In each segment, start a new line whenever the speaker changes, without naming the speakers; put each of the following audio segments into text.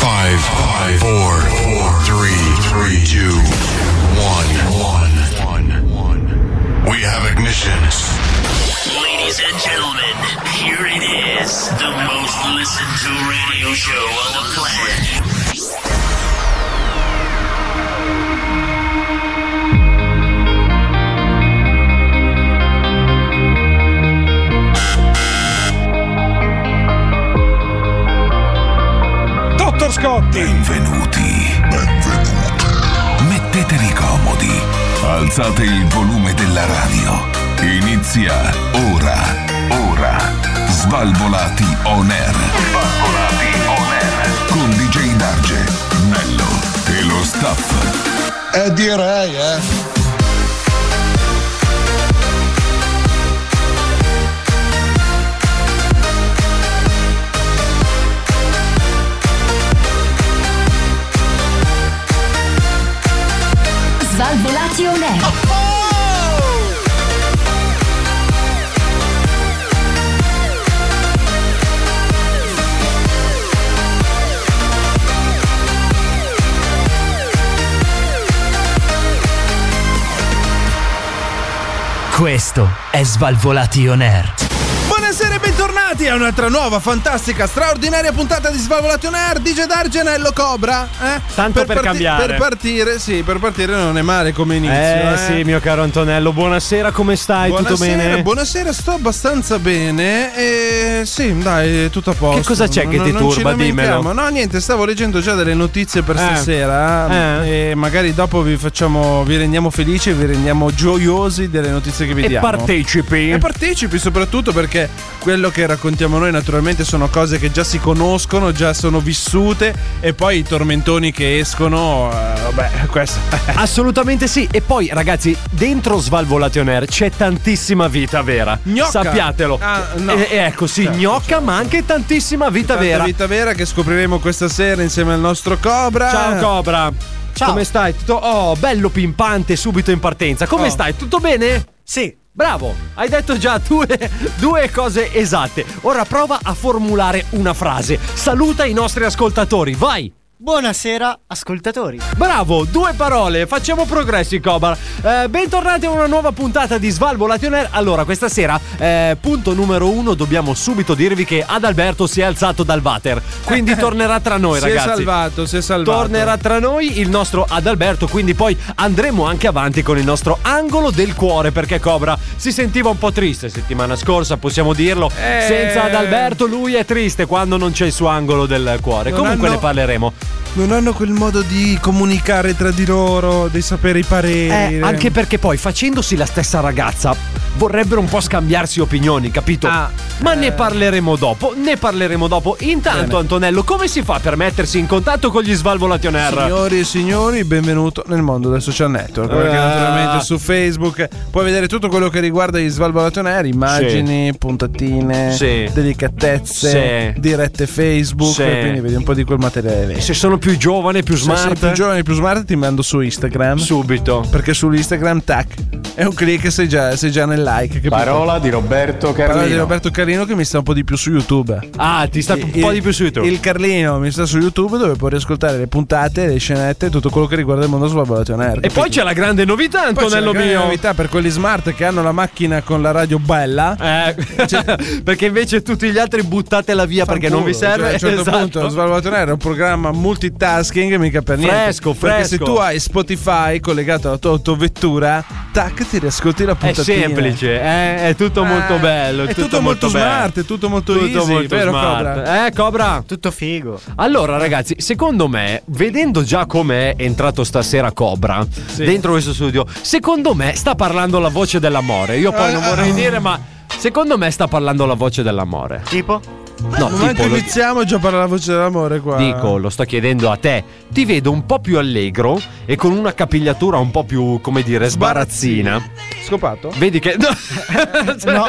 Five, five, four, four, three, three, two, one, one, one, one. We have ignition.
Ladies and gentlemen, here it is, the most listened to radio show on the planet.
Dottor Scotti!
Benvenuti. Benvenuti. Mettetevi comodi. Alzate il volume della radio. Inizia ora. Ora. Svalvolati on air. Svalvolati on air. Con DJ Darge, Nello e lo staff.
Eh direi, eh.
Svalvolati on air.
Questo è Svalvolati On Air.
Buonasera e bentornati a un'altra nuova, fantastica, straordinaria puntata di Svalvolati on Air DJ D'Argenello Cobra eh?
Tanto per cambiare.
Per partire, sì, per partire non è male come inizio
Eh,
eh.
sì, mio caro Antonello, buonasera, come stai? Tutto
Buonasera,
bene?
Buonasera, sto abbastanza bene e sì, dai, è tutto a posto
Che cosa c'è che
Non-
ti
non ci
turba?
lamentiamo.
Dimmelo.
No, niente, stavo leggendo già delle notizie per
Eh.
stasera
Eh.
e magari dopo vi facciamo, vi rendiamo felici, vi rendiamo gioiosi delle notizie che vi
E
diamo
partecipi.
e partecipi soprattutto perché quello che raccontiamo noi naturalmente sono cose che già si conoscono, già sono vissute e poi i tormentoni che escono, eh, vabbè, questo
Assolutamente sì. E poi, ragazzi, dentro Svalvolati On Air c'è tantissima vita vera.
Gnocca.
Sappiatelo.
Ah, no.
E- e ecco, sì,
Certo,
gnocca, ma anche tantissima vita
Tanta
vera.
vita vera che scopriremo questa sera insieme al nostro Cobra.
Ciao Cobra.
Ciao.
Come stai? Tutto- Oh, bello pimpante subito in partenza. Come
Oh.
stai? Tutto bene? Sì. Bravo, hai detto già due, due cose esatte. Ora prova a formulare una frase. Saluta i nostri ascoltatori, vai.
Buonasera, ascoltatori.
Bravo, due parole, facciamo progressi Cobar. Eh, bentornati a una nuova puntata di Svalvo Air. Allora, questa sera, eh, punto numero uno, dobbiamo subito dirvi che Adalberto si è alzato dal water. Quindi tornerà tra noi,
si
ragazzi.
è salvato, si è salvato.
Tornerà tra noi il nostro Adalberto, quindi poi andremo anche avanti con il nostro angolo del cuore perché Cobra si sentiva un po' triste settimana scorsa, possiamo dirlo.
Eh.
Senza Adalberto lui è triste quando non c'è il suo angolo del cuore.
Non
Comunque
hanno-
ne parleremo.
Non hanno quel modo di comunicare tra di loro, di sapere i pareri.
Eh, anche perché poi facendosi la stessa ragazza vorrebbero un po' scambiarsi opinioni, capito?
Ah,
Ma
eh.
ne parleremo dopo, ne parleremo dopo. Intanto
Bene.
Antonello, come si fa per mettersi in contatto con gli Svalvolati on Air?
Signori e signori, benvenuto nel mondo del social network. Perché
Ah.
naturalmente su Facebook puoi vedere tutto quello che riguarda gli svalvolatoneri, immagini, puntatine,
Sì.
delicatezze,
Sì.
dirette Facebook.
Sì.
e Quindi vedi un po' di quel materiale lì.
Se sono più giovane, più
Se sei
smart,
più giovane e più smart ti mando su Instagram.
subito.
Perché sull'Instagram, tac, è un click e sei già, sei già nel like. capito?
di Roberto
Parola di Roberto Carino che mi sta un po' di più su YouTube.
Ah, ti sta un po' di più su YouTube.
Il Carlino mi sta su YouTube dove puoi riascoltare le puntate, le scenette e tutto quello che riguarda il mondo svalvolatonero.
e poi c'è la grande novità,
Poi c'è
Antonello
la grande
mio.
novità per quelli smart che hanno la macchina con la radio bella.
Eh, perché invece tutti gli altri buttatela via perché non vi serve.
Cioè, a un certo
Esatto.
punto lo Svalvolatonero è un programma multitasking mica per niente.
Fresco,
Perché se
fresco.
tu hai Spotify collegato alla tua autovettura, tac, ti riascolti la
È
puntatina.
semplice, eh, è tutto molto
Eh,
bello.
è tutto molto
bello.
smart, è tutto molto easy,
molto
vero,
smart.
Cobra?
Eh, Cobra?
Tutto figo.
Allora, ragazzi, secondo me, vedendo già com'è entrato stasera Cobra dentro questo studio, secondo me sta parlando la voce dell'amore. Io poi non
Eh,
vorrei dire, ma. Secondo me sta parlando la voce dell'amore.
Tipo?
No,
Ma
tipo,
anche
lo,
iniziamo già a parlare la voce dell'amore qua.
Dico, lo sto chiedendo a te. Ti vedo un po' più allegro e con una capigliatura un po' più, come dire, sbarazzina.
Scopato?
Vedi che. No.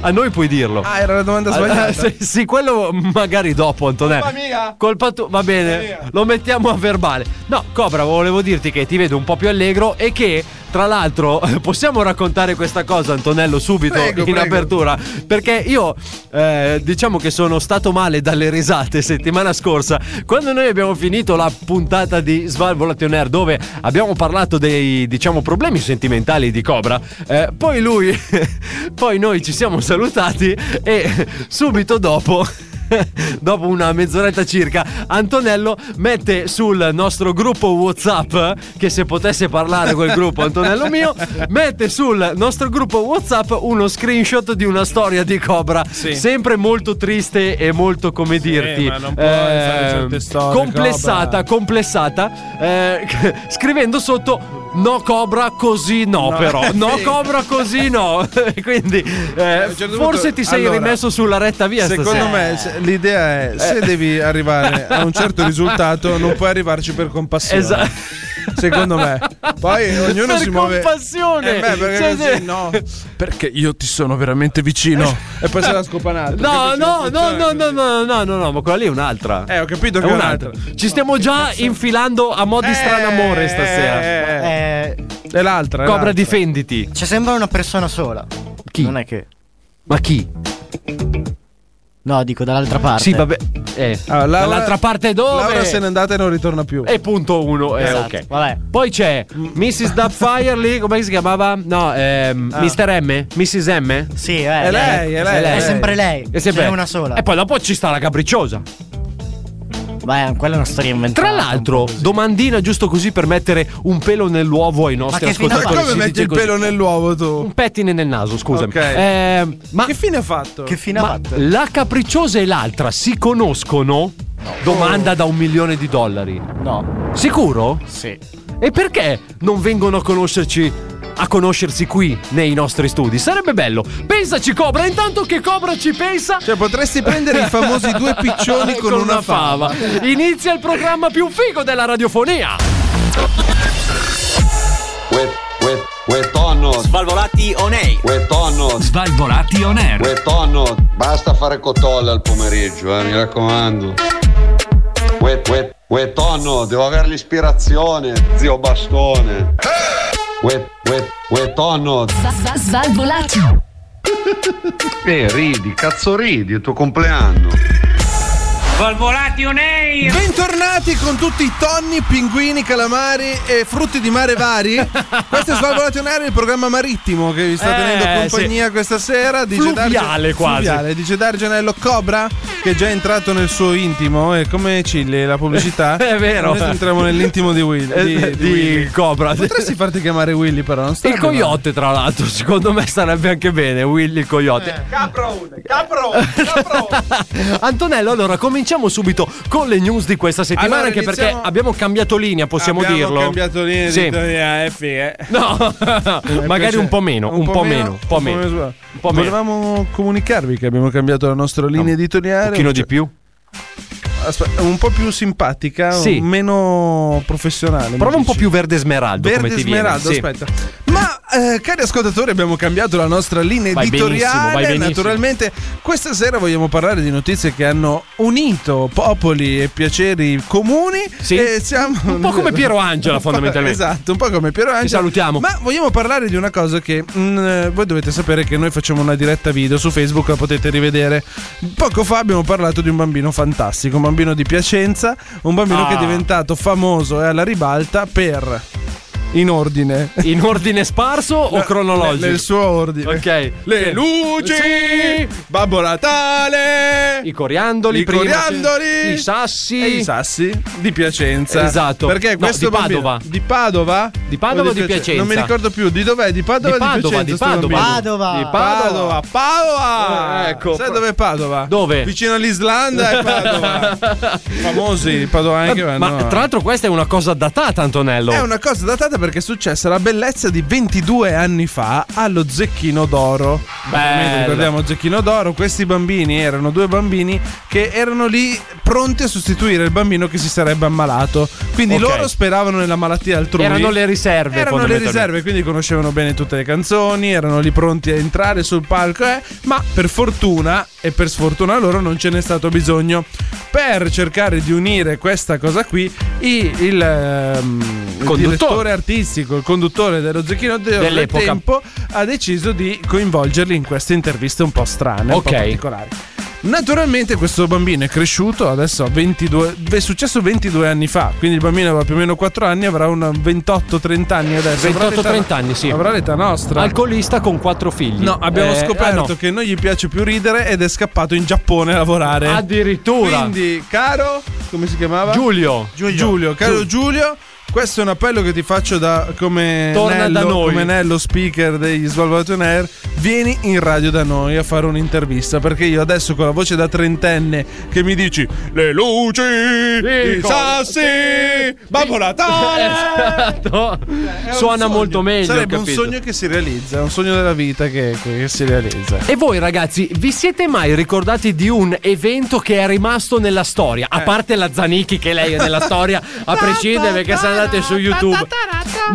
a noi puoi dirlo.
Ah, era la domanda
Allora,
sbagliata.
sì, sì, quello magari dopo, Antonello.
Colpa mia?
Colpa tua, va bene, lo mettiamo a verbale. No, Cobra, volevo dirti che ti vedo un po' più allegro e che Tra l'altro, possiamo raccontare questa cosa, Antonello, subito
Prego,
in
prego.
apertura? Perché io eh, diciamo che sono stato male dalle risate settimana scorsa, quando noi abbiamo finito la puntata di Svalvolation Air, dove abbiamo parlato dei diciamo problemi sentimentali di Cobra. eh, poi lui, poi noi ci siamo salutati e subito dopo. Dopo una mezz'oretta circa, Antonello mette sul nostro gruppo WhatsApp, che se potesse parlare quel gruppo, Antonello mio, mette sul nostro gruppo WhatsApp uno screenshot di una storia di Cobra,
Sì.
sempre molto triste e molto, come dirti, Ehm,
ma non puoi fare certe storie,
complessata,
Cobra.
complessata, eh, scrivendo sotto. No Cobra così no,
No,
però. No
sì.
Cobra così no. Quindi eh,
a un certo
forse
punto-
ti sei
allora,
rimesso sulla retta via
Secondo
stasera.
me se- l'idea
Eh.
è se devi arrivare a un certo risultato non puoi arrivarci per compassione.
Esatto.
Secondo me. Poi ognuno
Per
si muove
compassione.
Eh beh, perché
Cioè,
così
se- Eh,
no. Perché io ti sono veramente vicino. e poi se la scopanata.
No,
Perché
no,
Eh, così
no,
non
no,
funziona
no, no, no, no, no, ma quella lì è un'altra.
così. Eh, ho capito
è
che è un'altra.
un'altra. Ci stiamo già infilando a mo' di strano amore stasera.
Eh, eh,
Eh,
eh. È l'altra. è
Cobra,
l'altra.
difenditi.
cioè, sembra una persona sola.
Chi?
Non è che.
Ma chi?
No, dico dall'altra parte.
Sì, vabbè. Eh.
Ah, Laura-
Dall'altra parte dove?
Laura se n'è andata e non ritorna più.
E punto uno. eh,
Esatto,
ok.
vabbè.
Poi c'è Mrs. Dubfire lì, come si chiamava? No, ehm,
Ah.
Mr. M? Mrs. M?
Sì, eh,
È lei, è lei.
È
lei.
sempre lei.
E sempre-
Ce n'è una sola.
E poi dopo ci sta la capricciosa.
Ma è- quella è una storia inventata.
Tra
un po'
l'altro,
Ah, così.
domandina giusto così per mettere un pelo nell'uovo ai nostri
che fine
Ma
ascoltatori.
fa?
come
si
metti
dice
il
così.
pelo nell'uovo tu?
Un pettine nel naso, scusami.
Ok.
Ehm, ma
Che fine ha fatto?
Che fine ha
ma
fatto?
la capricciosa e l'altra si conoscono? Domanda da un milione di dollari.
No.
Sicuro?
Sì.
E perché non vengono a conoscerci? A conoscersi qui nei nostri studi. Sarebbe bello. Pensaci, Cobra. Intanto che Cobra ci pensa.
Cioè, potresti prendere i famosi due piccioni con, una, fava.
Inizia il programma più figo della radiofonia.
Uè, uè, uè tonno,
Svalvolati on air.
uè tonno,
Svalvolati on air.
uè tonno. Basta fare cotolla al pomeriggio, eh, mi raccomando. Uè, uè, uè tonno, devo avere l'ispirazione, zio bastone. Uè, uè, uè tonno.
Svalvolati.
Eh, ridi, cazzo ridi, è il tuo compleanno.
Bentornati con tutti i tonni, pinguini, calamari e frutti di mare vari. Questo è Svalvolati on Air, il programma marittimo che vi sta
Eh,
tenendo compagnia questa sera. Dice
Fluviale quasi.
Fluviale. Dice Dargenello Cobra, che è già entrato nel suo intimo. E come Cilli, la pubblicità.
È vero. Eh,
Adesso entriamo nell'intimo di Willy. Eh, Di, di Willy.
Cobra.
Potresti farti chiamare Willy, però non sta
Il
bene.
coyote, tra l'altro, secondo me sarebbe anche bene. Willy il coyote. Antonello, allora cominciamo subito con le news di questa settimana.
Allora,
anche
iniziamo-
perché abbiamo cambiato linea, possiamo
Abbiamo
dirlo.
cambiato linea
Sì.
editoriale, fighe.
No,
Eh,
magari
piace-
un po' meno, un, po' meno, un po' meno.
su-
un po' meno.
Volevamo comunicarvi che abbiamo cambiato la nostra linea editoriale.
Un pochino di più.
Aspe- un po' più simpatica,
Sì.
un- meno professionale.
Prova
mi
un po'
dici.
più verde smeraldo.
Verde
come ti
smeraldo,
viene.
aspetta. Ma eh, cari ascoltatori, abbiamo cambiato la nostra linea
Vai
editoriale.
benissimo, vai benissimo.
Naturalmente, questa sera vogliamo parlare di notizie che hanno unito popoli e piaceri comuni.
Sì.
E siamo-
Un po' come Piero Angela,
Un po'-
fondamentalmente.
Esatto, un po' come Piero Angela.
salutiamo.
Ma vogliamo parlare di una cosa che mm, eh, voi dovete sapere che noi facciamo una diretta video su Facebook, la potete rivedere. Poco fa abbiamo parlato di un bambino fantastico, un bambino di Piacenza, un bambino
Ah.
che è diventato famoso e alla ribalta per in ordine.
Sì. In ordine sparso o cronologico?
Nel, nel suo ordine.
Ok.
Le luci,
Sì.
Babbo Natale,
I coriandoli,
I
prima,
coriandoli.
I sassi.
e i sassi di Piacenza.
Esatto.
Perché
No,
questo
di
bambino-
Padova.
Di Padova?
Di Padova o di Piacenza?
Non mi ricordo più. Di dov'è? Di
Di
Padova o di
Padova,
Piacenza?
di
sto
Padova.
bambino?
Padova.
Di Padova.
Padova, Padova!
Eh, ecco.
Sai dove è Padova?
Dove?
Vicino all'Islanda è Padova. Famosi padovani che
Eh, Ma
vanno.
tra l'altro questa è una cosa datata, Antonello.
È una cosa datata perché è successa la bellezza di 22 anni fa allo Zecchino d'Oro.
Bella.
Ovviamente Ricordiamo Zecchino d'Oro, questi bambini erano due bambini che erano lì pronti a sostituire il bambino che si sarebbe ammalato. Quindi
Ok.
loro speravano nella malattia altrui.
Erano le riserve,
Erano le
fondamentalmente.
riserve, quindi conoscevano bene tutte le canzoni, erano lì pronti a entrare sul palco, eh, ma per fortuna e per sfortuna loro non ce n'è stato bisogno. per cercare di unire questa cosa qui i- il, ehm, il
Conduttore.
direttore artistico, il conduttore dello Zecchino d'Oro del
Dell'epoca.
tempo ha deciso di coinvolgerli in queste interviste un po' strane, un po'
Ok.
particolari. Naturalmente questo bambino è cresciuto, adesso ha 22, è successo 22 anni fa, quindi il bambino aveva più o meno 4 anni, avrà un 28-30 anni adesso. avrà
28-30
l'età-
anni, sì.
Avrà l'età nostra.
Alcolista con quattro figli.
No, abbiamo
Eh,
scoperto
ah, no.
che non gli piace più ridere ed è scappato in Giappone a lavorare.
Addirittura.
Quindi, caro, come si chiamava?
Giulio.
Giulio. caro Giulio, questo è un appello che ti faccio da come
Torna
Nello,
da noi.
come Nello speaker degli Svalvolati on Air. Vieni in radio da noi a fare un'intervista perché io adesso con la voce da trentenne che mi dici le luci, i
Dico.
sassi, Babbo Natale.
Esatto.
Eh, È un
Suona
sogno.
molto meglio.
Sarebbe un
capito?
sogno che si realizza, un sogno della vita che- che- che si realizza.
E voi ragazzi, vi siete mai ricordati di un evento che è rimasto nella storia?
Eh.
A parte la Zanicchi che lei è nella storia a prescindere perché se andate su YouTube.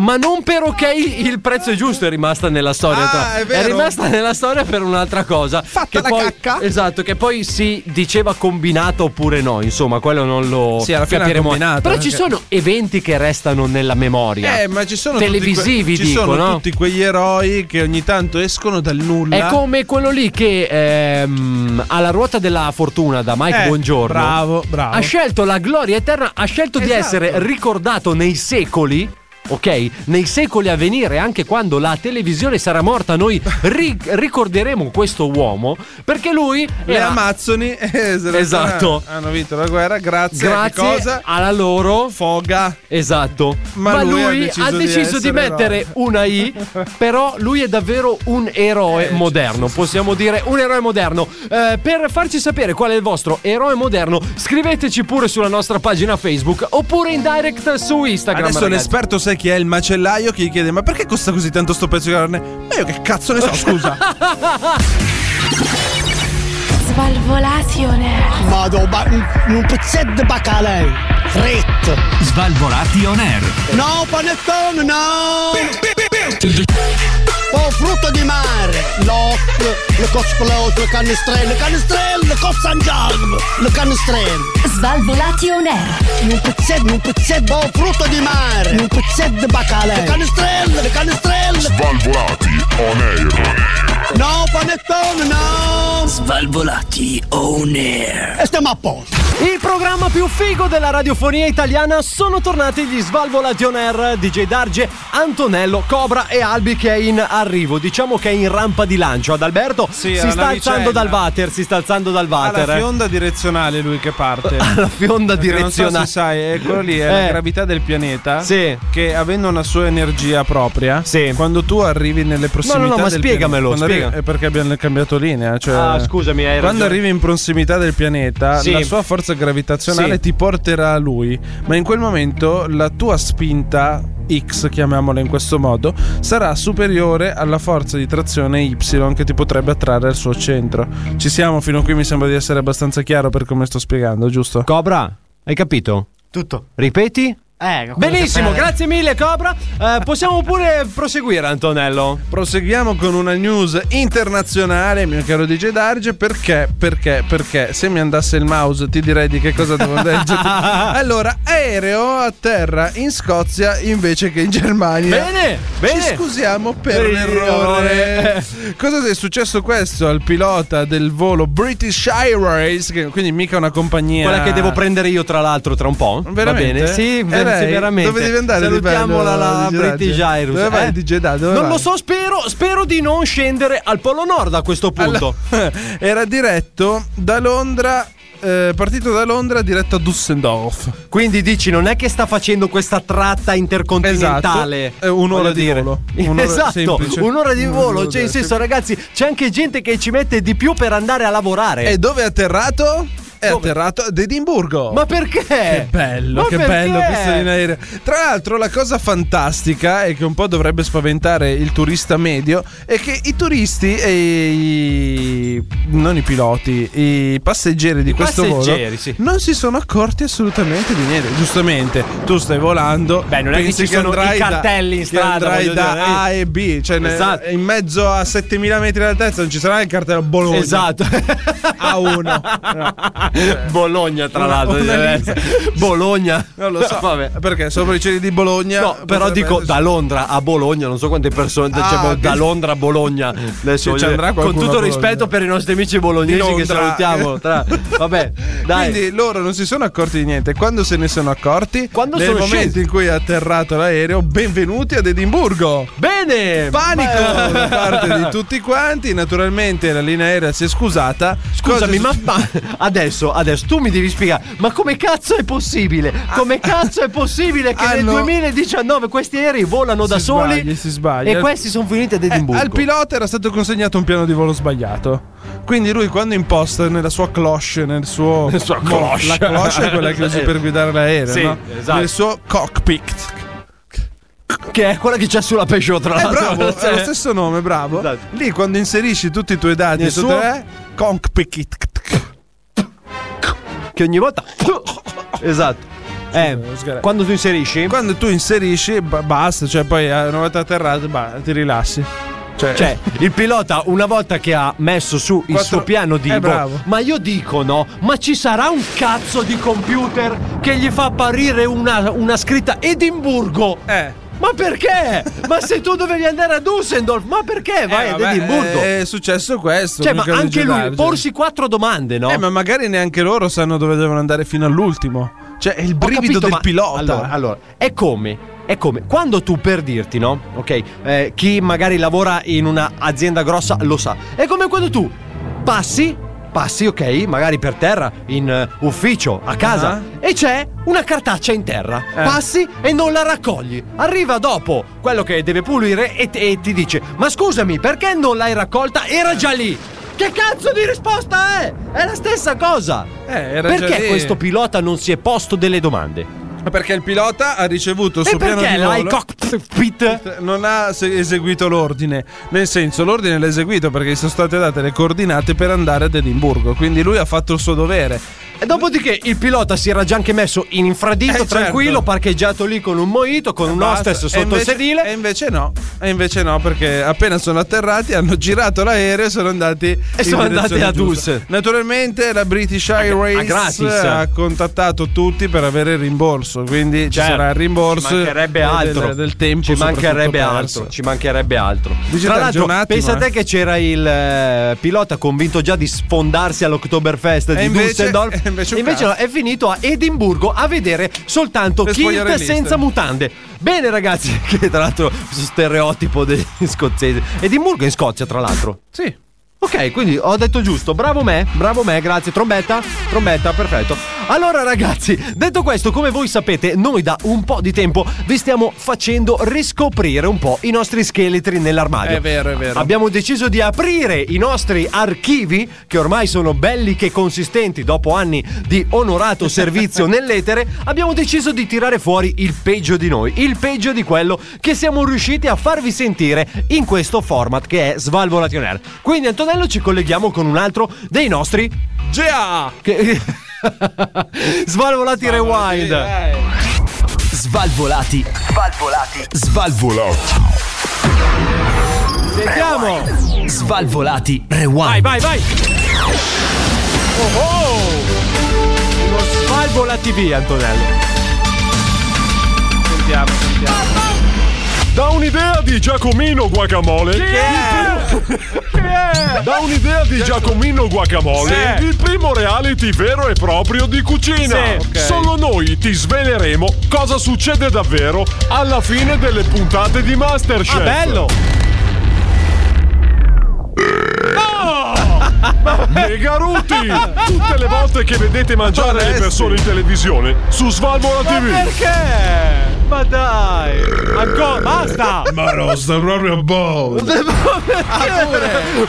Ma non per ok il prezzo è giusto è rimasta nella storia.
Ah,
tra-
è vero.
rimasta nella storia per un'altra cosa. Fatta
la cacca.
Esatto, che poi si diceva combinata oppure no, insomma, quello non lo
Sì, alla fine eh. era
capiremo.
combinata,
Però ci
perché-
sono eventi che restano nella memoria.
Eh, ma ci sono
televisivi,
tutti que- ci
dico,
sono
no?
tutti quegli eroi che ogni tanto escono dal nulla.
È come quello lì che ehm, alla ruota della fortuna da Mike
Eh,
Buongiorno.
bravo, bravo.
Ha scelto la gloria eterna, ha scelto di
Esatto.
essere ricordato nei secoli. Ok, nei secoli a venire, anche quando la televisione sarà morta, noi ri- ricorderemo questo uomo perché lui
le
era-
Amazzoni eh, se la-
Esatto.
hanno vinto la guerra grazie, a che
grazie
cosa?
alla loro
Foga.
Esatto, ma,
Ma
lui,
lui ha
ha deciso,
deciso di
di,
essere
mettere
eroe.
una I, però lui è davvero un eroe
Eh,
moderno, possiamo dire un eroe moderno. Eh, per farci sapere qual è il vostro eroe moderno, scriveteci pure sulla nostra pagina Facebook oppure in direct su Instagram.
Adesso
ragazzi.
l'esperto sai chi è il macellaio che gli chiede "Ma perché costa così tanto sto pezzo di carne?" Ma io che cazzo ne so, scusa.
Svalvolazione.
Vado, ba- un, un pezzetto di bacalè. Fritto.
Svalvolati on air.
No, panettone, no! Oh, frutto di mare! L'occhio, le cosplode, le canestrelle, le canestrelle, le cozze San Giacomo, le canestrelle.
Svalvolati on air.
Un pezzetto, un pezzetto, oh, frutto di mare! Un pezzetto di bacalè. Le canestrelle, le canestrelle!
Svalvolati on air.
No, panettone, no!
Svalvolati on air.
E stiamo a posto.
Il programma più figo della radiofonia italiana sono tornati gli Svalvolati On Air, DJ Darge, Antonello, Cobra e Albi che è in arrivo. Diciamo che è in rampa di lancio. Ad Alberto
Sì,
si
alla
sta alzando
navicella.
dal water, si sta alzando dal
Alla
water. eh.
fionda direzionale lui che parte.
Alla fionda
Perché Non so
direzionale.
se sai, è quello lì, è la
Eh.
gravità del pianeta.
Sì.
Che avendo una sua energia propria,
Sì.
quando tu arrivi nelle prossimità.
no, ma
del
spiegamelo,
pianeta- quando
spiega.
arrivi- è perché abbiamo cambiato linea. Cioè,
Ah, scusami, hai
Quando
ragione.
arrivi in prossimità del pianeta,
Sì.
la sua forza gravitazionale
Sì.
ti porterà a lui. Ma in quel momento la tua spinta. X, chiamiamola in questo modo, sarà superiore alla forza di trazione Y che ti potrebbe attrarre al suo centro. Ci siamo fino a qui, mi sembra di essere abbastanza chiaro per come sto spiegando, giusto?
Cobra, hai capito?
Tutto.
Ripeti?
Eh, quello
Benissimo,
che-
grazie mille Cobra. Eh, possiamo pure proseguire Antonello.
Proseguiamo con una news internazionale, mio caro DJ Darge, perché, perché, perché se mi andasse il mouse ti direi di che cosa devo leggere. allora, aereo a terra in Scozia invece che in Germania.
Bene, bene.
Ci scusiamo per un
Eh,
errore. Cosa è successo questo al pilota del volo British Airways, che quindi mica una compagnia...
Quella che devo prendere io, tra l'altro, tra un po'.
Veramente?
Va bene? Sì,
Eh,
ver-
lei?
sì, veramente.
Dove devi andare di
Salutiamola la
bello, DJ Darge?
British Airways.
Dove vai,
eh?
DJ Darge? Dove
non
vai?
lo so, spero, spero di non scendere al Polo Nord a questo punto.
Allora, era diretto da Londra, eh, partito da Londra, diretto a Düsseldorf.
Quindi dici, non è che sta facendo questa tratta intercontinentale.
Esatto. Eh, un'ora
Voglio
di volo. Un'ora
esatto,
semplice.
un'ora di
Un'ora
volo. Cioè, in senso, ragazzi, c'è anche gente che ci mette di più per andare a lavorare.
E dove è atterrato? È
Dove?
atterrato ad Edimburgo.
Ma perché?
Che bello,
Eh. Ma
che
perché?
bello questo in aereo. Tra l'altro, la cosa fantastica e che un po' dovrebbe spaventare il turista medio è che i turisti e i. non i piloti, i passeggeri di questo
passeggeri,
volo
sì.
non si sono accorti assolutamente di niente. Giustamente, tu stai volando.
Beh, non è che
pensi
ci sono i
andrai da-
cartelli in
che
strada, voglio
Andrai da
dire, eh.
A e B, cioè ne-
Esatto.
in mezzo a 7000 metri d'altezza non ci sarà il cartello Bologna.
Esatto.
A1.
Bologna, tra l'altro.
Una- una
deve essere. Bologna.
Non lo so.
Vabbè.
Perché sopra i cieli di Bologna.
No, però
potrebbe-
dico da Londra a Bologna, non so quante persone
Ah,
cioè, boh,
ok.
da Londra a Bologna. Adesso
Sì, ci
voglio-
andrà
con
qualcuno
tutto il
a Bologna.
rispetto per i nostri amici bolognesi che
Londra.
salutiamo. Tra... Vabbè, dai.
Quindi loro non si sono accorti di niente. Quando se ne sono accorti?
Quando
Nel
sono
momento
scesi.
in cui è atterrato l'aereo, benvenuti ad Edimburgo.
Bene!
Panico
Beh, eh,
da parte di tutti quanti. Naturalmente la linea aerea si è scusata.
Scusami,
Cosa
ma, ma- adesso, adesso tu mi devi spiegare, ma come cazzo è possibile? Come
Ah.
cazzo è possibile che nel
Hanno-
2019 questi aerei volano da
Ah, si
soli
sbagli, si sbaglia.
e questi sono finiti ad
Eh,
Edimburgo?
al pilota era stato consegnato un piano di volo sbagliato. Quindi lui quando imposta nella sua cloche, nel suo
sua
Mo-
cloche.
la cloche è quella che usi per guidare l'aereo,
Sì,
no?
esatto.
Nel suo cockpit.
che è quella che c'è sulla Peugeot, tra
Eh,
l'altro.
bravo, è lo stesso nome, bravo.
Esatto.
Lì quando inserisci tutti i tuoi dati
Nel
su
suo-
te, cockpit.
Che ogni volta. esatto. Eh,
sgra-
quando tu inserisci.
Quando tu inserisci, ba- basta, cioè poi eh, una volta atterrato, bah, ti rilassi. Cioè,
Cioè, il pilota, una volta che ha messo su il
Quattro-
suo piano di
Eh,
vo-
bravo.
ma io dico no, ma ci sarà un cazzo di computer che gli fa apparire una, una scritta Edimburgo?
Eh.
Ma perché? ma se tu dovevi andare a Dusseldorf, ma perché vai
eh,
ad
vabbè,
Edimburgo?
È successo questo.
cioè, ma
mica
anche lui,
leggendario.
porsi quattro domande, no?
Eh, ma magari neanche loro sanno dove devono andare fino all'ultimo. Cioè, è il
Ho
brivido
capito,
del
ma-
pilota.
Allora, allora, è come. È come quando tu per dirti, no? Ok, eh, chi magari lavora in un'azienda grossa lo sa. È come quando tu passi, passi, ok, magari per terra, in eh, ufficio, a casa,
Ah.
e c'è una cartaccia in terra.
Eh.
Passi e non la raccogli. Arriva dopo quello che deve pulire e, t- e ti dice: Ma scusami, perché non l'hai raccolta? Era già lì. Che cazzo di risposta è? È la stessa cosa.
Eh, era già
perché
lì.
questo pilota non si è posto delle domande.
Ma perché il pilota ha ricevuto il
E
suo piano
perché
di volo. Eh,
l'hai cockpit?
non ha se- eseguito l'ordine. Nel senso, l'ordine l'ha eseguito perché gli sono state date le coordinate per andare ad Edimburgo. Quindi lui ha fatto il suo dovere.
E dopodiché il pilota si era già anche messo in infradito,
Eh,
tranquillo,
certo.
parcheggiato lì con un mojito, con un
Basta.
hostess
E
sotto il
invece-
sedile.
E invece no. E invece no, perché appena sono atterrati hanno girato l'aereo e sono andati in
sono andati
direzione
a
giusta.
Dulce.
Naturalmente la British
a
Airways eh,
gratis.
ha contattato tutti per avere il rimborso, quindi ci
Certo.
sarà il rimborso.
Ci mancherebbe
del-
altro.
del, del tempo
Ci
soprattutto
mancherebbe
perso.
altro. Ci mancherebbe altro.
Dice
Tra
Sergio,
l'altro,
un attimo,
pensa
eh.
te che c'era il eh, pilota convinto già di sfondarsi all'Oktoberfest di
invece-
Düsseldorf.
e invece un
no,
cazzo.
è finito a Edimburgo a vedere soltanto
Le
kilt
spogliarelliste.
senza mutande. Bene, ragazzi, che tra l'altro questo stereotipo degli scozzesi. Edimburgo è in Scozia, tra l'altro.
Sì.
Ok, quindi ho detto giusto. Bravo me, bravo me, grazie. Trombetta, trombetta, perfetto. Allora ragazzi, detto questo, come voi sapete, noi da un po' di tempo vi stiamo facendo riscoprire un po' i nostri scheletri nell'armadio.
È vero, è vero.
Abbiamo deciso di aprire i nostri archivi, che ormai sono belli che consistenti dopo anni di onorato servizio nell'etere. Abbiamo deciso di tirare fuori il peggio di noi, il peggio di quello che siamo riusciti a farvi sentire in questo format che è Svalvolation Air. Quindi, Antonello, ci colleghiamo con un altro dei nostri. GA! Che... Svalvolati Rewind.
Svalvolati. Svalvolati.
Sentiamo!
Svalvolati. Rewind.
Vai, vai, vai! Oh oh! Uno svalvola TV, Antonello. Sentiamo, sentiamo. Da un'idea di Giacomino Guacamole. Da un'idea di Giacomino Guacamole, il primo reality vero e proprio di cucina. Solo noi ti sveleremo cosa succede davvero alla fine delle puntate di Masterchef. Ah, bello!
Megarutti! Tutte le volte che vedete mangiare le persone in televisione su Svalvola TV.
Perché? Ma dai! Ancora, basta!
Ma no, sta proprio buono.
Ah,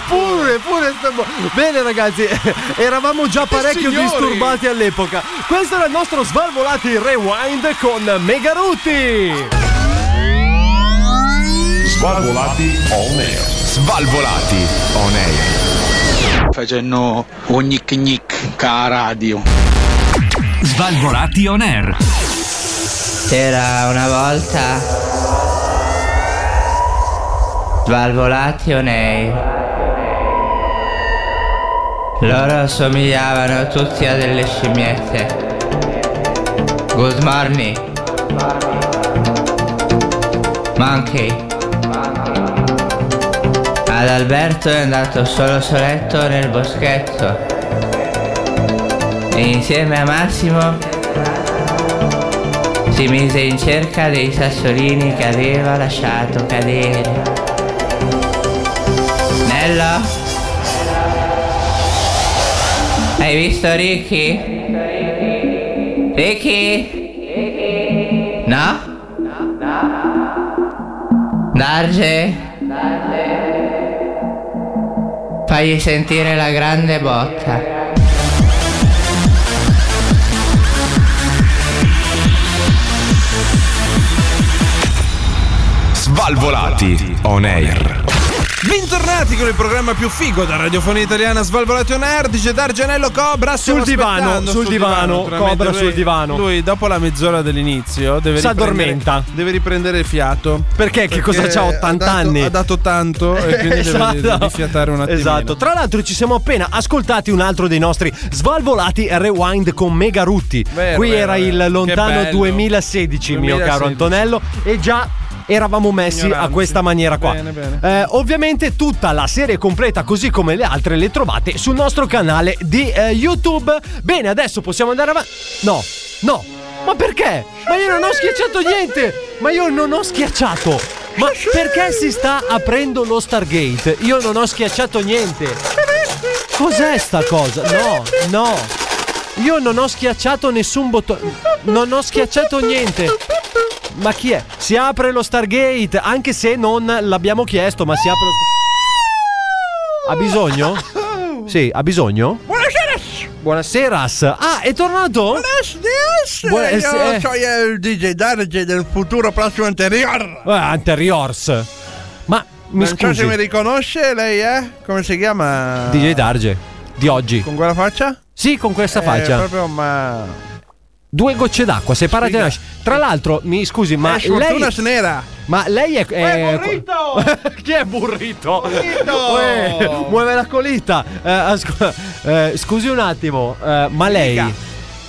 pure, pure. sta bo- Bene, ragazzi, eravamo già parecchio
signori!
disturbati all'epoca. Questo era il nostro Svalvolati Rewind con Megarutti.
Svalvolati on air. Svalvolati on air.
facendo ogni gnic ca radio.
Svalvolati on air.
C'era una volta Svalvolati o nei
Loro somigliavano tutti a delle scimmiette. Good morning. Monkey. Adalberto è andato solo soletto nel boschetto. E insieme a Massimo si mise in cerca dei sassolini che aveva lasciato cadere. Nello? Hai visto Ricky? Ricky? No? Darge? Fagli sentire la grande botta.
Svalvolati on air.
Bentornati con il programma più figo da radiofonia italiana Svalvolati On Air Dice Dargenello Cobra stiamo
Sul divano,
aspettando,
sul divano,
naturalmente.
Cobra sul divano.
Lui dopo la mezz'ora dell'inizio deve riprendere-
S'addormenta.
Deve riprendere il fiato
Perché? Che cosa c'ha, 80
ha dato-
anni?
Ha dato tanto e quindi deve, deve fiatare un attimo
Esatto. Tra l'altro, ci siamo appena ascoltati un altro dei nostri svalvolati rewind con Mega Rutti.
Vero,
Qui
vero,
era
vero.
il
Che
lontano
bello.
2016, mio
2016.
caro Antonello, e già. Eravamo messi a
Ignoranti.
questa maniera qua.
Bene, bene.
Eh, ovviamente tutta la serie completa, così come le altre, le trovate sul nostro canale di eh, YouTube. Bene, adesso possiamo andare avanti. No, no, ma perché? Ma io non ho schiacciato niente! Ma io non ho schiacciato! Ma perché si sta aprendo lo Stargate? Io non ho schiacciato niente! Cos'è sta cosa? No, no! Io non ho schiacciato nessun bottone. Non ho schiacciato niente! Ma chi è? Si apre lo Stargate, anche se non l'abbiamo chiesto, ma si apre lo Ha bisogno? Sì, ha bisogno? Buonasera. Buonasera. Ah, è tornato? Buonasera.
Io sono il DJ Darge del futuro prossimo anterior.
Eh, Anteriors. Ma mi
non so
scusi.
se mi riconosce lei, eh? Come si chiama?
DJ Darge di oggi.
Con quella faccia?
Sì, con questa
Eh,
faccia.
proprio, ma.
Due gocce d'acqua separate da Tra l'altro, mi scusi, ma
Eh, sfortuna
lei
snera.
Ma lei
Eh,
è, è- Chi è burrito? Uè, Eh, muove la colita. Eh, asco- eh, scusi un attimo, eh, ma lei.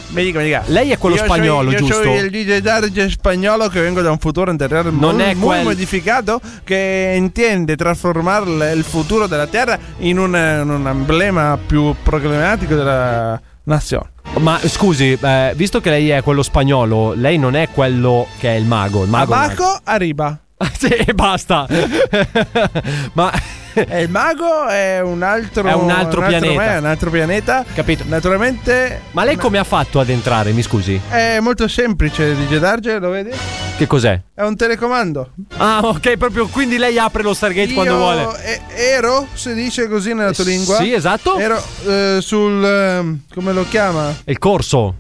Mi dica, mi dica.
Lei è quello
Io sono-
spagnolo,
io
giusto?
sono il DJ Darge spagnolo che vengo da un futuro anteriore
Non
muy,
è
muy
quel-
modificato che intende trasformare l- il futuro della Terra in un, in un emblema più problematico della nazione.
Ma scusi, eh, visto che lei è quello spagnolo, lei non è quello che è il mago. Il mago è un altro.
Abaco arriba.
sì, e basta. Ma
E il mago è un altro,
È un altro pianeta.
me, un altro pianeta.
Capito.
Naturalmente
Ma lei come ha fatto ad entrare? Mi scusi.
è molto semplice, DJ Darge, lo vedi?
Che cos'è?
È un telecomando.
Ah, ok, proprio quindi lei apre lo Stargate quando
Io
vuole.
e- ero, si dice così nella tua lingua.
sì, esatto.
Ero eh, sul. ehm, come lo chiama?
È il corso,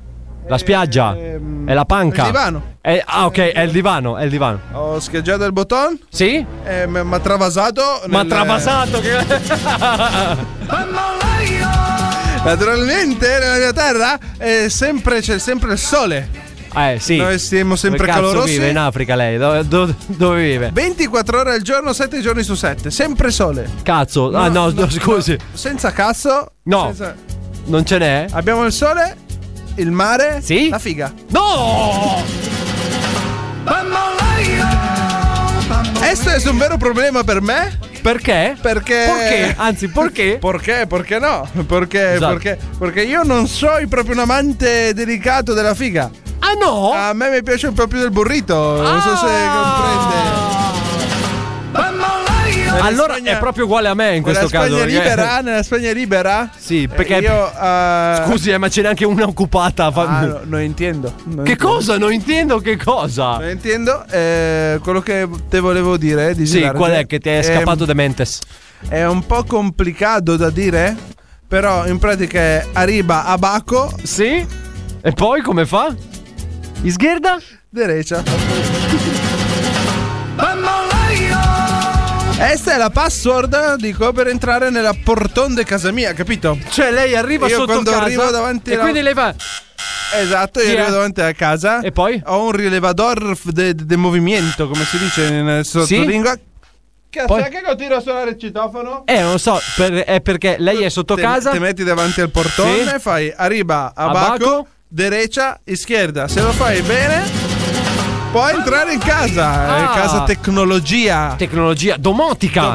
la spiaggia, è la panca.
Ehm, il divano.
È- ah, ok, è il divano, è il divano.
Ho schiacciato il bottone.
Sì?
E mi ha travasato.
Ma
nel-
travasato che...
Naturalmente, nella mia terra è sempre, c'è sempre il sole.
Eh sì.
Noi siamo sempre
Dove cazzo
calorosi.
vive in Africa lei? Dove, dove- dove vive?
24 ore al giorno, 7 giorni su 7. Sempre sole.
Cazzo. ah no, no, scusi.
Senza cazzo.
No.
senza-
Non ce n'è?
Abbiamo il sole, il mare.
Sì?
La figa.
No!
Questo è un vero problema per me.
Perché?
Perché?
Perché? Anzi, perché?
Perché? Perché no? Perché?
Esatto.
Perché? Perché io non sono proprio un amante delicato della figa.
Ah no? Ah!
A me mi piace un po' più del burrito. Non so se comprende.
Allora
Spagna-
è proprio uguale a me in questo
Nella
caso.
Spagna
perché-
libera, nella Spagna libera.
Sì, perché...
Io. eh,
Scusi, eh, ma ce n'è anche una occupata. fa-
ah, no, non intendo. non
Che
intendo.
cosa? Non intendo che cosa.
Non intendo. eh, quello che te volevo dire. di
Sì,
girarti,
qual è che ti è
ehm,
scappato de mentes?
È un po' complicato da dire, però in pratica è arriba abaco
Sì? E poi come fa? Isgherda?
derecha. Questa è la password, dico, per entrare nella portonde casa mia, capito?
Cioè lei arriva
Io
sotto
quando
casa
arrivo davanti
e
alla-
quindi lei fa
Esatto,
Sì,
io
eh.
arrivo davanti a casa.
E poi?
Ho un rilevador del movimento, come si dice in eh, sottolingua. Cazzo,
Poi-
è che continuo a suonare il citofono?
Eh, non so, per- è perché lei è sotto
Te-
casa.
Te metti davanti al portone,
Sì.
fai arriba,
Abaco.
abaco, derecha, izquierda. Se lo fai bene, puoi entrare in casa. È
Ah.
casa tecnologia.
Tecnologia domotica.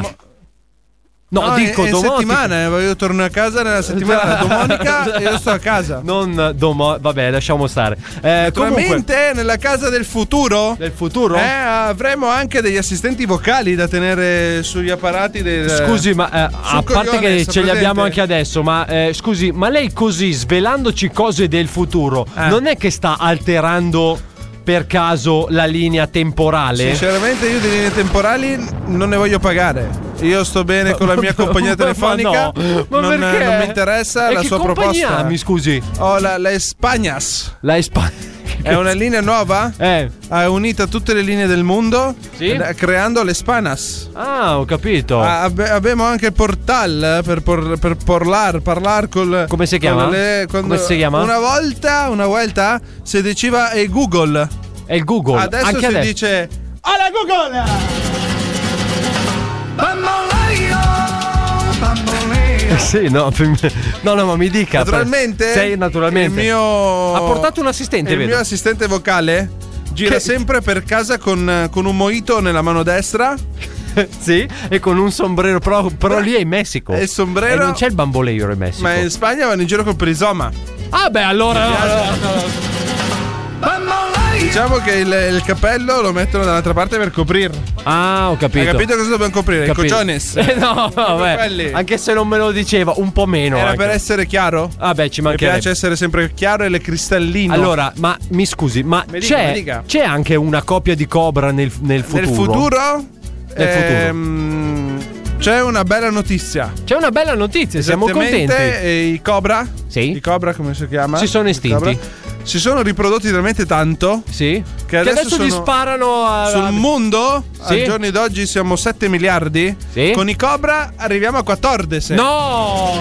No,
è-
dico
è in
domotica.
settimana, eh, io torno a casa nella settimana domonica e io sto a casa.
Non domo. Vabbè, lasciamo stare. Eh, comunque,
Naturalmente nella casa del futuro Del
futuro
eh, Avremo anche degli assistenti vocali da tenere sugli apparati del
Scusi, ma eh, a
Sul
parte
coglione,
che
sta
ce li
presente?
abbiamo anche adesso, ma eh, scusi, ma lei così svelandoci cose del futuro,
Eh.
non è che sta alterando per caso la linea temporale?
Sinceramente io di linee temporali non ne voglio pagare. Io sto bene con la mia compagnia
Ma- ma
telefonica.
no, ma
non,
perché?
non mi interessa
E
la
che
sua
compagnia,
proposta.
mi scusi.
Ho la, la Espagnas.
La Espagna.
È una linea nuova?
Eh.
Ha unito tutte le linee del mondo
Sì.
eh, creando le Spanas.
Ah, ho capito.
abbiamo anche il portal eh, per, por- per parlar, parlar col.
Come si chiama?
con le- con-
Come si chiama?
Una volta, una volta si diceva e Google.
È il Google.
Adesso
Oh. anche
si
adesso.
dice
Alla Google! Bamboleo, bamboleo.
Sì, no, no, no, ma mi dica.
Naturalmente,
Sei naturalmente.
Il mio,
Ha portato un assistente,
il
vedo.
mio assistente vocale gira
Che-
sempre per casa con, con un mojito nella mano destra.
sì, e con un sombrero. Però, però lì è in Messico.
E il sombrero-
E non c'è il bamboleiro in Messico.
Ma in Spagna vanno in giro col prisoma.
Ah, beh, allora.
Diciamo che il, il cappello lo mettono dall'altra parte per coprirlo.
Ah, ho capito.
Hai capito Ecco, cosa dobbiamo coprire?
Capito.
I cojones.
Eh, no,
I
vabbè.
capelli.
Anche se non me lo diceva, un po' meno.
Era
anche.
per essere chiaro?
Ah, beh, ci
Mi piace
mancherebbe.
essere sempre chiaro e le cristalline.
Allora, ma mi scusi, ma
Mi dica, mi
c'è,
dica.
c'è anche una copia di Cobra nel, nel futuro?
nel futuro,
Nel futuro.
ehm, c'è una bella notizia.
C'è una bella notizia, siamo
Esattamente,
contenti.
eh, I Cobra?
Sì.
I Cobra come si chiama?
Si sono
I
estinti.
Cobra, Si sono riprodotti veramente tanto.
Sì.
Che adesso,
adesso gli
sono-
sparano a-
sul
a-
mondo,
Ah, Sì.
al giorno d'oggi siamo 7 miliardi.
Sì.
Con i Cobra arriviamo a 14.
No!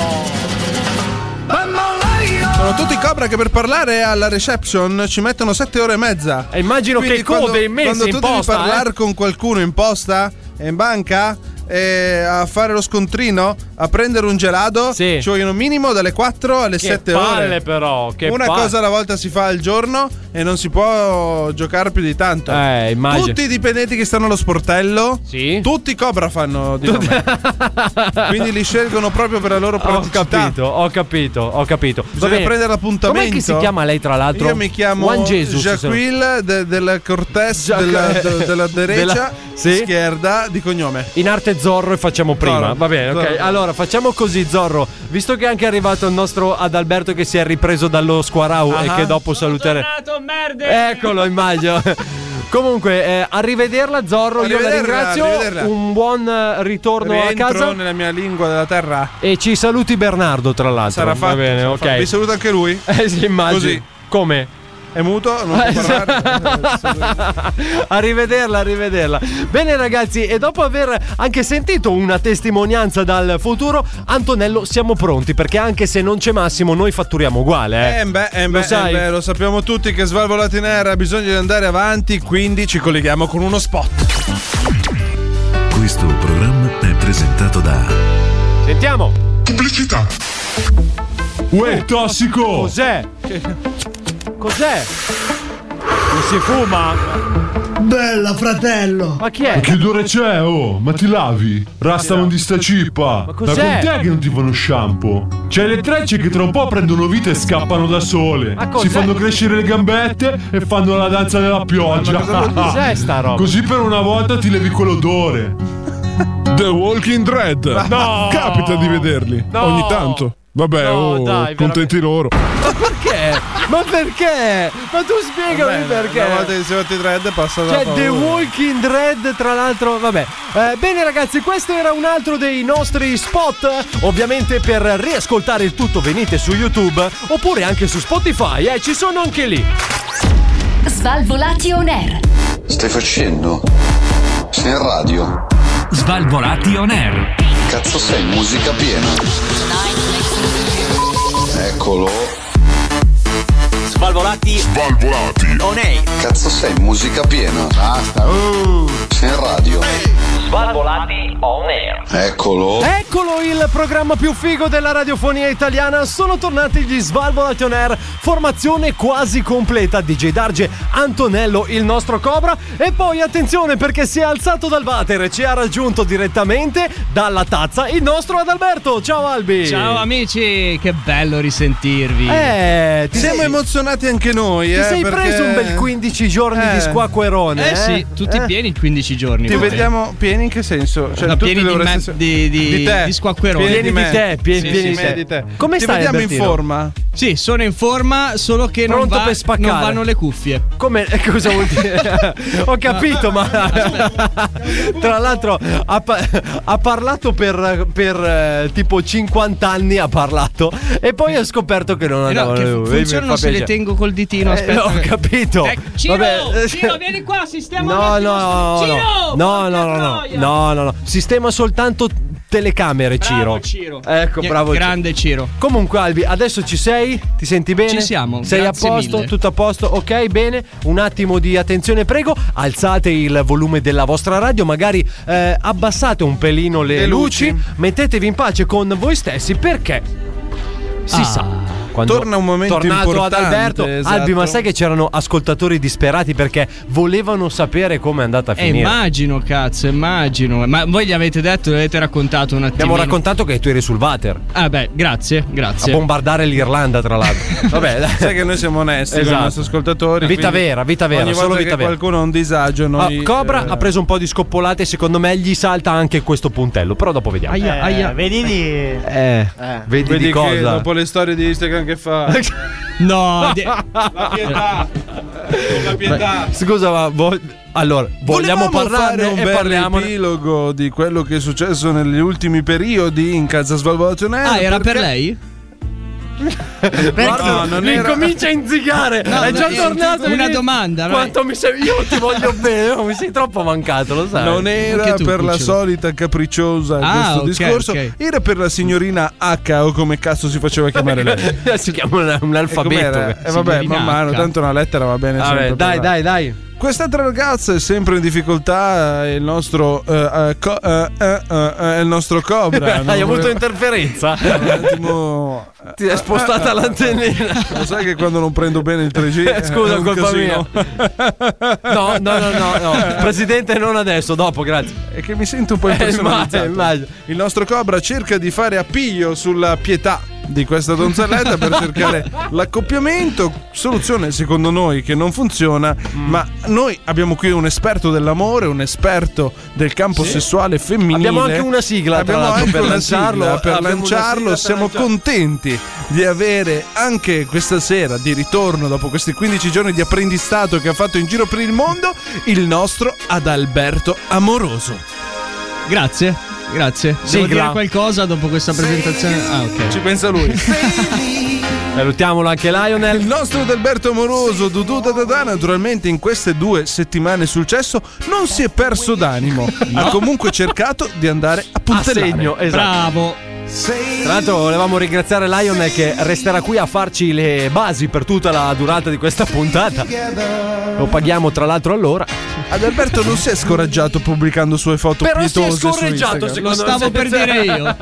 Sono tutti i Cobra che per parlare alla reception ci mettono 7 ore e mezza.
E immagino
Quindi
che
quando-
code immense
Quando tu
in
devi
posta,
parlare
eh.
con qualcuno in posta, in banca, eh, a fare lo scontrino, a prendere un gelato, ci vogliono minimo dalle 4 alle
Che
7
palle
ore.
però, che
Una
palle.
cosa alla volta si fa al giorno e non si può giocare più di tanto.
Eh, immagino.
Tutti i dipendenti che stanno allo sportello, tutti i Cobra fanno di nome. Quindi li scelgono proprio per la loro
Ho
praticità.
capito, ho capito, ho capito. Va
Bisogna
bene.
prendere l'appuntamento.
Com'è che si chiama lei tra l'altro?
Io mi chiamo
Juan Jesus. se non-
Jacquil de- della Cortés
Giac-
della, de- della
Della-
derecha
sì?
schierda di cognome.
In arte Zorro e facciamo prima.
Zorro.
Va bene, ok.
Zorro.
Allora facciamo così, Zorro. Visto che è anche arrivato il nostro Adalberto che si è ripreso dallo squarau e
Ah.
che dopo saluteremo.
merda!
Eccolo, immagino. Comunque, eh, arrivederla, Zorro. Io la
Arrivederla,
ringrazio.
arrivederla.
Un buon eh, ritorno
Rientro
a casa.
nella mia lingua della terra.
E ci saluti, Bernardo, tra l'altro.
Sarà
Va
fatto.
bene,
sarà
ok.
fatto. Vi saluto anche lui.
Eh sì, immagino.
Così.
Come?
È muto, non può
Esatto.
parlare.
arrivederla, arrivederla. Bene ragazzi, e dopo aver anche sentito una testimonianza dal futuro, Antonello, siamo pronti perché anche se non c'è Massimo, noi fatturiamo uguale. Eh,
Eh beh, eh
lo
beh,
sai.
eh beh, lo sappiamo tutti che Svalvo Latinera ha bisogno di andare avanti, quindi ci colleghiamo con uno spot.
Questo programma è presentato da
Sentiamo.
Pubblicità. Uè, tossico!
Cos'è? Cos'è? Non si fuma?
Bella, fratello!
Ma chi è?
Ma Che odore c'è, oh? Ma ti lavi? Rasta non di sta cippa. Ma
cos'è?
con te che non ti fanno shampoo? C'è le trecce che tra un po' prendono vita e scappano da sole.
Ma cos'è?
Si fanno crescere le gambette e fanno la danza della pioggia.
Ma cosa- cos'è sta roba?
Così per una volta ti levi quell'odore.
The Walking Dread.
No!
Capita di vederli
No!
ogni tanto. Vabbè,
Eh,
No,
oh,
dai,
contenti loro.
Ma perché? Ma perché? Ma tu spiegami perché?
Una volta che siamo andati Red passa da
C'è The
paura.
Walking Dread, tra l'altro, vabbè. Eh, bene ragazzi, questo era un altro dei nostri spot. Ovviamente per riascoltare il tutto venite su YouTube oppure anche su Spotify, eh, ci sono anche lì.
Svalvolati on air.
Stai facendo? Sei in radio?
Svalvolati on air.
Cazzo sei in musica piena? Eccolo.
Svalvolati.
Svalvolati.
On air.
Oh.
Cazzo sei in musica piena? Basta. Sei in radio?
Svalvolati. on air.
Eccolo.
Eccolo il programma più figo della radiofonia italiana. Sono tornati gli Svalvolati on Air. Formazione quasi completa. DJ Darge, Antonello, il nostro Cobra. E poi attenzione perché si è alzato dal water e ci ha raggiunto direttamente dalla tazza il nostro Adalberto. Ciao Albi.
Ciao amici, che bello risentirvi.
Eh, ti
Siamo
sei-
emozionati anche noi.
Ti
eh,
sei
perché-
preso un bel 15 giorni
Eh.
di squacquerone.
Eh, sì, tutti pieni in 15 giorni.
Ti
con te.
vediamo pieni in che senso? Cioè,
No,
tutti
pieni di
dovresti
me-
essere-
di- di-
te.
di squacquerone.
Pieni, di, te,
pieni-
Sì,
pieni
sì,
di
di te.
Come
Ti
stai,
vediamo in
Albertino?
forma?
Sì, sono in forma, solo che non,
Pronto
va-
per spaccare.
non vanno le cuffie.
Come eh, cosa vuol dire? Ho capito, ma tra l'altro ha, pa- ha parlato per, per, eh, tipo 50 anni ha parlato e poi ho scoperto che non
Eh no,
andava
che
lui.
funzionano
Mi fa
se le
piacere.
tengo col ditino.
Eh,
Aspetta, Eh,
ho capito.
Ciro,
Vabbè.
Ciro, vieni qua, sistema
No, no,
un attimo
no,
sto-
no,
Ciro!
no, no, no, no, no, no. Sistema soltanto telecamere, Ciro.
Bravo, Ciro.
Ecco,
Gli-
bravo.
grande Ciro.
Comunque, Albi, adesso ci sei? Ti senti bene?
Ci siamo,
Sei a
grazie
posto?
mille.
Tutto a posto? Ok, bene. Un attimo di attenzione, prego. Alzate il volume della vostra radio, magari eh, abbassate un pelino le,
Le
luci.
luci.
Mettetevi in pace con voi stessi perché si
Ah.
sa.
Torna un momento
tornato
importante,
ad Alberto
esatto.
Albi ma sai che c'erano ascoltatori disperati perché volevano sapere come è andata a
Eh,
finire
immagino, cazzo, immagino. Ma voi gli avete detto, gli avete raccontato un attimo.
abbiamo raccontato che tu eri sul water
Ah, beh, grazie,
a
grazie.
bombardare l'Irlanda tra l'altro vabbè dai.
Sai che noi siamo onesti con
Esatto.
i nostri ascoltatori.
Vita
quindi
vera, vita vera,
ogni
solo
volta
vita
che
vera.
qualcuno ha un disagio,
Ah,
noi.
Cobra
eh,
ha preso un po' di scoppolate e secondo me gli salta anche questo puntello però dopo vediamo
Aia, aia.
Vedi di.
Eh, vedi,
Vedi
di
che
cosa
dopo le storie di Instagram che fa.
No, de-
La pietà. La pietà.
scusa ma vo- allora vogliamo
Volevamo fare
parlarne
un
e
bel
parliamo
riepilogo di quello che è successo negli ultimi periodi in casa Svalvolazione.
Ah,
eh,
era per lei?
No, non era.
Incomincia a inzigare. è già
perché-
tornato.
una
mi-
domanda, vai.
Quanto mi sei... Io ti voglio bene. oh, Mi sei troppo mancato, lo sai.
Non era
Anche tu,
per la
Cucciolo.
solita capricciosa
Ah,
questo
ok,
discorso,
ok.
era per la signorina H o come cazzo si faceva chiamare lei.
si chiama un, un
E
alfabeto.
com'era? Eh, vabbè,
signorina
man mano,
H.
tanto una lettera va bene.
Ah, Vabbè,
sempre,
dai,
però.
dai, dai.
Quest'altra ragazza è sempre in difficoltà. eh, Il nostro. eh, eh, co- eh, eh, eh, eh, il nostro Cobra. non
Hai avuto
voleva-
interferenza.
un attimo.
Ti è
Eh,
spostata l'antennina.
Lo sai che quando non prendo bene il 3G.
Eh, Scusa,
è un
colpa
casino.
mia. No, no, no, no, no. Presidente, non adesso, dopo, grazie.
È che mi sento un po'
Eh,
impersonalizzato.
immagino, immagino.
Il nostro Cobra cerca di fare appiglio sulla pietà di questa donzelletta per cercare l'accoppiamento, soluzione secondo noi che non funziona,
Mm.
ma noi abbiamo qui un esperto dell'amore, un esperto del campo sessuale femminile.
Abbiamo anche una sigla, tra
Abbiamo
l'altro,
anche
per
una
lanciarlo.
sigla per
Abbiamo una
lanciarlo,
sigla per
siamo
lanciarlo.
contenti di avere anche questa sera di ritorno dopo questi 15 giorni di apprendistato che ha fatto in giro per il mondo il nostro Adalberto Amoroso.
Grazie, grazie.
Sigla.
Devo dire qualcosa dopo questa presentazione? Ah, ok.
Ci pensa lui.
Salutiamolo anche Lionel.
Il nostro Adalberto Amoroso, Dudu Dadadà, naturalmente in queste due settimane sul cesso non si è perso d'animo. Ha comunque cercato di andare a
A
puntellare.
segno, esatto.
Bravo.
Tra l'altro volevamo ringraziare Lionel che resterà qui a farci le basi per tutta la durata di questa puntata. Lo paghiamo tra l'altro allora.
Adalberto non si è scoraggiato pubblicando sue foto
Però si è
pietose su
scorreggiato
Instagram.
secondo
Lo stavo per dire io.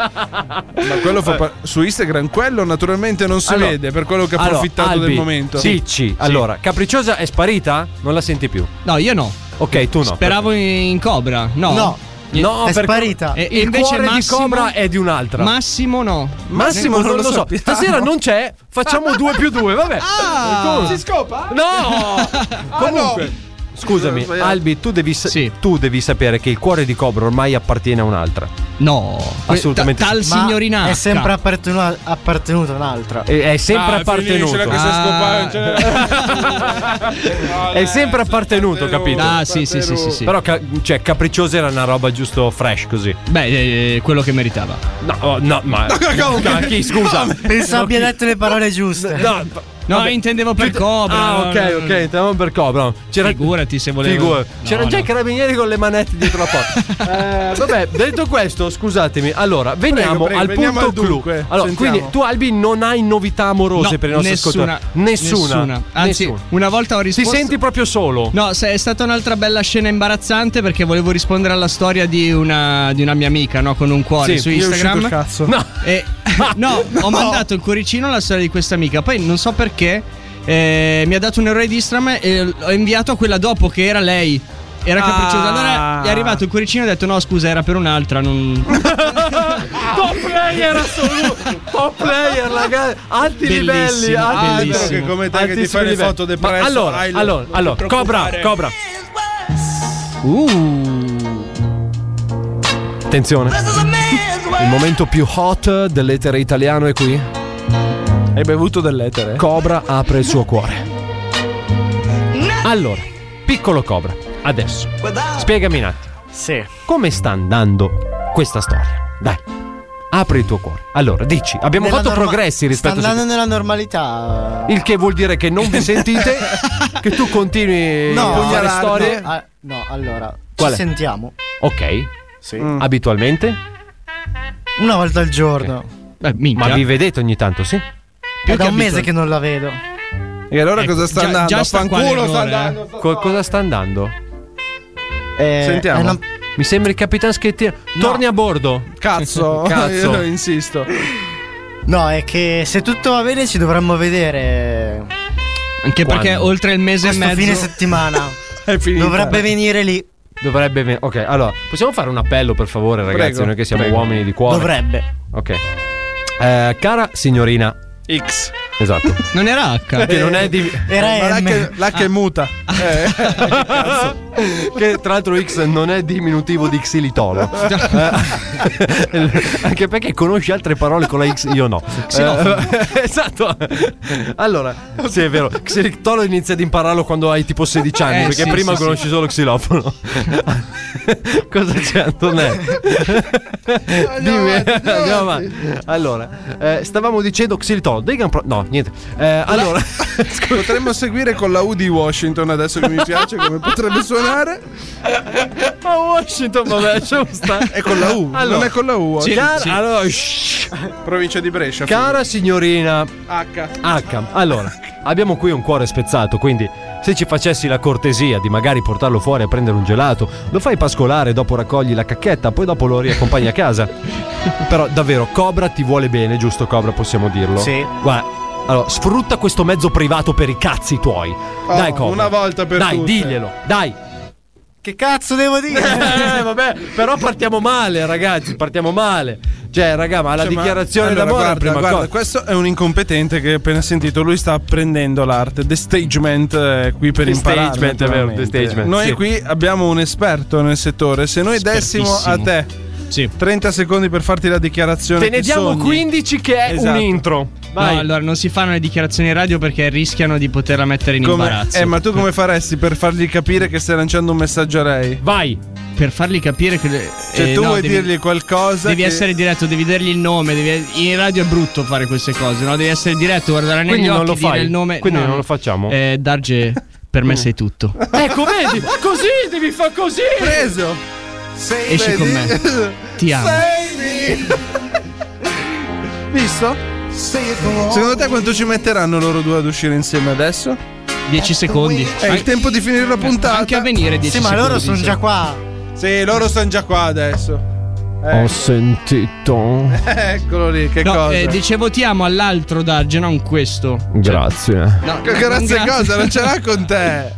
Ma quello fa pa- su Instagram quello naturalmente non si
Allora,
vede per quello che ha approfittato
Allora,
del
Albi,
momento.
Cicci, allora, Capricciosa è sparita? Non la senti più.
No, io no.
Ok, tu no.
Speravo in Cobra. No.
No.
No,
È
perché-
sparita.
E
Il
invece
cuore
Massimo-
di Cobra è di un'altra.
Massimo no.
Massimo, non lo, so.
sappiamo.
Stasera non c'è. Facciamo 2 più 2, vabbè.
Ah!
Si scopa? No! Comunque. Scusami, Albi, tu devi, sa-
Sì.
tu devi sapere che il cuore di Cobra ormai appartiene a un'altra.
No.
Assolutamente
Ta- Eh, tal
Ma
signorina.
È
H. Ah,
sempre appartenuto, appartenuto a un'altra.
E- È sempre appartenuto.
Ah.
È sempre appartenuto, capito?
Ah, sì, sì, sì, sì, sì.
Però, ca- cioè, capricciosa era una roba giusto fresh così.
Beh, eh, quello che meritava.
No, oh, no, ma. No, chi, scusa?
Penso abbia detto le parole giuste.
No,
No, intendevo per
Piut-
Cobra.
Ah,
no,
ok,
no, no.
ok, intendevamo per Cobra. no. C'era...
Figurati se volevo.
Figura- C'era
No,
già
no.
i carabinieri con le manette dietro la porta. Eh, vabbè, detto questo, scusatemi. Allora, veniamo
prego,
al
veniamo
punto
al
clou.
dunque,
Allora,
sentiamo.
quindi tu, Albi, non hai novità amorose
No,
per i nostri
nessuna,
ascoltatori? Nessuna.
nessuna. Anzi,
Nessuna.
una volta ho risposto.
Ti senti proprio solo?
No, se- è stata un'altra bella scena imbarazzante perché volevo rispondere alla storia di una, di una mia amica, no? Con un cuore
Sì,
su
gli è uscito
Instagram.
il cazzo.
No.
E- no, ho mandato il cuoricino alla storia di questa amica. Poi non so perché eh, mi ha dato un errore di Instagram e l- ho inviato a quella dopo che era lei. Era capricciosa.
Ah.
Allora è arrivato il cuoricino e ho detto no, scusa, era per un'altra. Non...
Top player assoluto! Top player, ragazzi! Alti
Bellissimo,
livelli, alti
bellissimo.
livelli.
Che come
te che
Altissimi
ti fai le
livelli.
foto
Ma
depresso,
Allora,
hai lo-
allora,
non ti
allora, Cobra,
preoccupare.
Cobra. Attenzione. Il momento più hot dell'etere italiano è qui.
Hai bevuto dell'etere?
Cobra apre il suo cuore. Allora, piccolo Cobra, adesso spiegami un attimo.
Sì.
Come sta andando questa storia? Dai, apri il tuo cuore. Allora, dici, abbiamo
Nella
fatto
norma-
progressi rispetto
Sta
a.
andando nella normalità.
Il che vuol dire che non vi sentite, che tu continui a fare
guarda,
storie.
No, ah, no, allora.
Qual è?
ci sentiamo.
Ok. Mm.
Sì.
Abitualmente?
Una volta al giorno.
Ma vi vedete ogni tanto, sì?
È da un mese che non la vedo.
E allora
Ecco,
cosa sta
già-
andando?
già sta
Fanculo
qua l'errore,
sta
eh.
andando.
Co- cosa sta andando?
Eh,
Sentiamo.
è una-
Mi sembra il Capitan Schettino. Torni a bordo.
Cazzo,
Cazzo.
io insisto.
No, è che se tutto va bene ci dovremmo vedere.
Anche perché
Quando?
oltre il mese
questo
e mezzo.
fine settimana.
È finita.
Dovrebbe venire lì.
Dovrebbe. ven- Ok, allora, possiamo fare un appello, per favore, ragazzi,
Prego,
noi che siamo
prego.
uomini di cuore.
Dovrebbe.
Ok. Eh, cara signorina.
X.
Esatto.
Non era H.
che non è di.
Ma
Era
la
M.
che, la che è muta. Eh,
che tra l'altro X non è diminutivo di xilitolo. Eh, anche perché conosci altre parole con la X, io no. Eh, esatto. Allora, sì, è vero. Xilitolo inizia ad impararlo quando hai tipo 16 anni,
Eh,
perché
sì,
prima
sì,
conosci solo xilofono. Cosa c'è, Antonello? Dimmi, andiamo avanti. Allora, eh, stavamo dicendo xilitolo. Diga un pro- No, niente. Eh, allora,
Potremmo seguire con la U di Washington adesso che mi piace come potrebbe suonare.
a Washington, vabbè, lasciamo stare.
È con la U. non
Allora.
è con la U.
Sì,
Washington.
cara, allora, shh.
Provincia di Brescia.
Cara signorina
H.
H, allora, abbiamo qui un cuore spezzato, quindi se ci facessi la cortesia di magari portarlo fuori a prendere un gelato, lo fai pascolare, dopo raccogli la cacchetta, poi dopo lo riaccompagni a casa. Però davvero, Cobra ti vuole bene, giusto Cobra, possiamo dirlo?
Sì.
Guarda, allora, sfrutta questo mezzo privato per i cazzi tuoi. dai Cobra.
Oh, una volta per
Dai,
tutte.
diglielo, dai.
Che cazzo devo dire?
Eh, vabbè, però partiamo male, ragazzi, partiamo male. Cioè, raga, ma la
Cioè, ma-
dichiarazione
allora,
d'amore è la
guarda,
prima
guarda,
cosa.
questo è un incompetente che ho appena sentito. Lui sta apprendendo l'arte. The stagement è qui per
The
imparare.
stagement, è vero, the
naturalmente.
stagement,
Noi
sì.
qui abbiamo un esperto nel settore. Se noi dessimo a te
Sì.
30 secondi per farti la dichiarazione,
Te ne
che
diamo
sogni,
15 che è
Esatto.
un intro. Vai.
No, allora non si fanno le dichiarazioni radio perché rischiano di poterla mettere in
Come,
imbarazzo.
eh, ma tu come faresti per fargli capire che stai lanciando un messaggio a lei?
Vai.
Per farli capire che. le-
Cioè,
eh,
tu
no,
vuoi
devi-
dirgli qualcosa?
Devi
che-
essere diretto, devi dargli il nome. devi- In radio è brutto fare queste cose, no? Devi essere diretto, guardare negli
Quindi
occhi,
non lo
dire
fai?
il nome.
Quindi
no,
non lo facciamo?
Eh, Darge, per me sei tutto.
Ecco, vedi? Così devi fare così.
preso.
Esci con me. Ti amo.
Visto? Secondo te quanto ci metteranno loro due ad uscire insieme adesso?
10 secondi.
È Eh, il tempo di finire la puntata.
Anche a venire 10
sì, ma
secondi.
loro sono già qua.
Sì, loro stanno già qua adesso.
Ho sentito.
Eccolo lì, che
No,
cosa?
eh, dicevo ti amo all'altro Darge, non questo.
Grazie.
No,
Che grazie
non
cosa, non ce l'ha con te.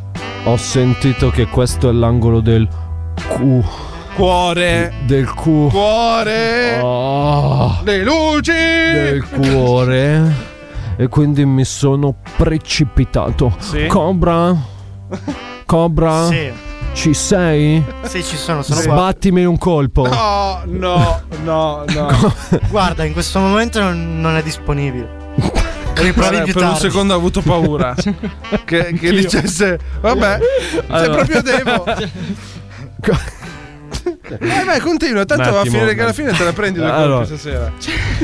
Ho sentito che questo è l'angolo del cu
Cuore,
del cu
cuore,
oh,
le luci.
del cuore e quindi mi sono precipitato.
Sì.
Cobra Cobra
Sì.
ci sei?
Sì, ci sono, sono qua.
Sbattimi un colpo.
No, no, no, no.
Guarda, in questo momento non, non è disponibile. Riprovi
Vabbè,
più
per un
tardi.
secondo ho avuto paura. che, che dicesse, vabbè, sei proprio devo. Eh beh, continua, tanto
Un
va a
attimo,
finire che
un
alla fine te la prendi due colpi
Allora.
stasera.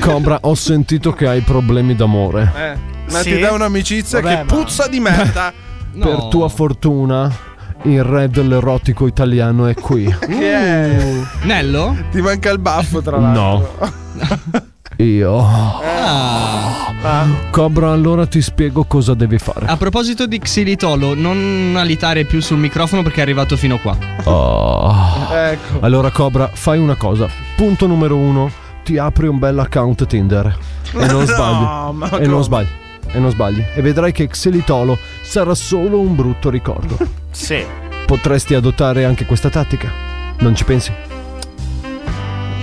Cobra, ho sentito che hai problemi d'amore.
Eh. ma ti dà un'amicizia che puzza di merda.
Mm. Per tua fortuna, il re dell'erotico italiano è qui.
Che è?
Nello?
Ti manca il baffo, tra
No.
l'altro.
Io. Cobra, allora ti spiego cosa devi fare.
A proposito di Xilitolo, non alitare più sul microfono perché è arrivato fino qua.
Oh.
Ecco.
Allora, Cobra, fai una cosa. Punto numero uno: ti apri un bel account Tinder. E non
No,
sbagli.
ma
E
come?
non sbagli. E non sbagli. E vedrai che Xelitolo sarà solo un brutto ricordo.
Sì.
Potresti adottare anche questa tattica. Non ci pensi?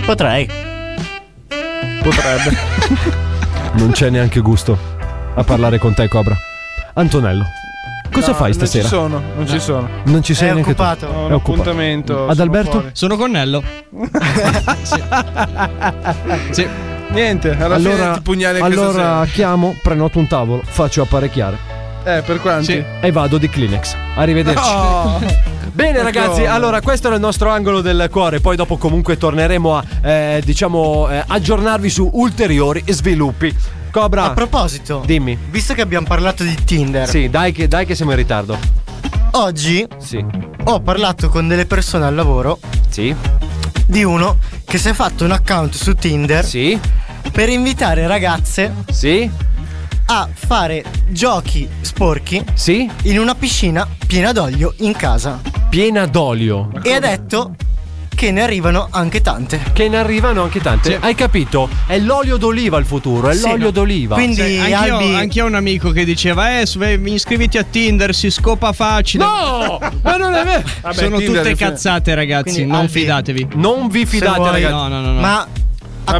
Potrei.
Potrebbe.
Non c'è neanche gusto a parlare con te, Cobra. Antonello, cosa
No,
fai stasera?
Non ci sono, non ci sono.
Non ci sei
È
neanche tu.
occupato. Ho un
È occupato.
appuntamento,
Ad
sono
Alberto?
fuori.
Sono con Nello. Sì.
Niente, alla fine ti pugnali anche
allora
stasera.
chiamo, prenoto un tavolo, faccio apparecchiare.
Eh, per quanti?
E vado di Kleenex. Arrivederci.
Bene ragazzi, allora questo era il nostro angolo del cuore, poi dopo comunque torneremo a eh, diciamo eh, aggiornarvi su ulteriori sviluppi. Cobra.
A proposito,
dimmi.
Visto che abbiamo parlato di Tinder.
Sì, dai che, dai che siamo in ritardo.
Oggi
Sì.
ho parlato con delle persone al lavoro
Sì.
di uno che si è fatto un account su Tinder.
Sì.
Per invitare ragazze.
Sì.
A fare giochi sporchi.
Sì.
In una piscina piena d'olio in casa.
Piena d'olio.
E ha detto che ne arrivano anche tante.
Che ne arrivano anche tante. Hai capito? È l'olio d'oliva il futuro, è
Sì.
l'olio d'oliva.
Sì, Cioè, anch'io, anch'io ho un amico che diceva: Eh, su- eh, iscriviti a Tinder, si scopa facile.
No! Ma non è vero!
Sono tutte cazzate, ragazzi.
Quindi,
non
Albi,
fidatevi.
Non vi
fidate, ragazzi. No, no, no, no.
Ma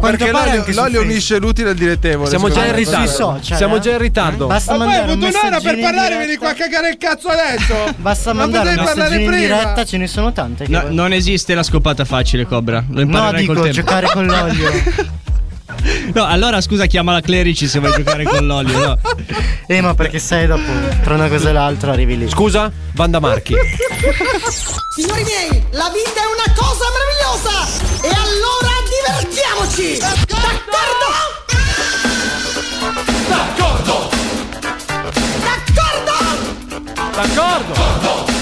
Ma perché l'olio, l'olio unisce l'utile al dilettevole.
Siamo già in ritardo.
eh?
Siamo già in ritardo.
Basta
Ma poi
mandare
hai
un
avuto un'ora per
messaggino in
parlare,
diretta.
vieni qua a cagare il cazzo adesso.
Basta
Ma
mandare un
potevi parlare
messaggino in
prima.
diretta, ce ne sono tante. che
No,
vogliono-
non esiste la scopata facile, Cobra. Lo
No,
imparerai
dico cioè-
col tempo.
giocare con l'olio.
No, allora scusa, chiama la Clerici se vuoi giocare con l'olio. No.
eh, ma perché sai dopo, tra una cosa e l'altra arrivi lì.
Scusa, Vanda Marchi.
Signori miei, la vita è una cosa meravigliosa! E allora divertiamoci! D'accordo?
D'accordo!
D'accordo?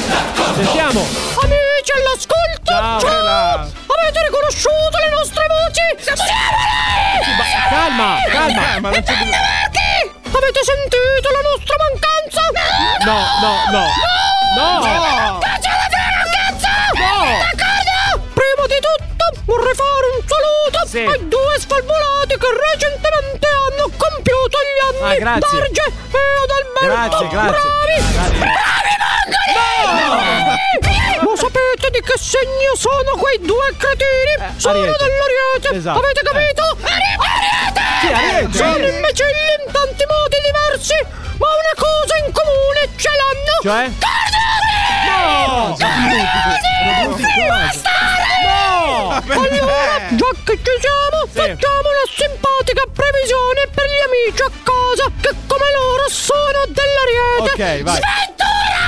D'accordo! Sentiamo!
Amici all'ascolto!
Ciao!
Avete riconosciuto le nostre voci? Siamo lì!
Calma, calma!
E Marchi! Avete sentito la nostra mancanza?
No, no, no! No!
Caccia la cazzo! D'accordo? Prima di tutto vorrei fare un saluto ai due svalvolati che recentemente hanno compiuto gli anni
Ah, grazie.
Darge e Adalberto
Grazie, grazie.
Bravi! Bravi mongoli! Lo sapete di che segno sono quei due cretini? sono
Eh, Ariete.
dell'Ariete!
Esatto.
Avete capito? Ariete!
Sì, Ariete,
Sono
Ariete.
imbecilli in tanti modi diversi, ma una cosa in comune ce l'hanno!
Cioè?
No! Allora, già che ci siamo, facciamo una simpatica previsione per gli amici a casa che come loro sono dell'Ariete.
Ok, vai.
Sventura!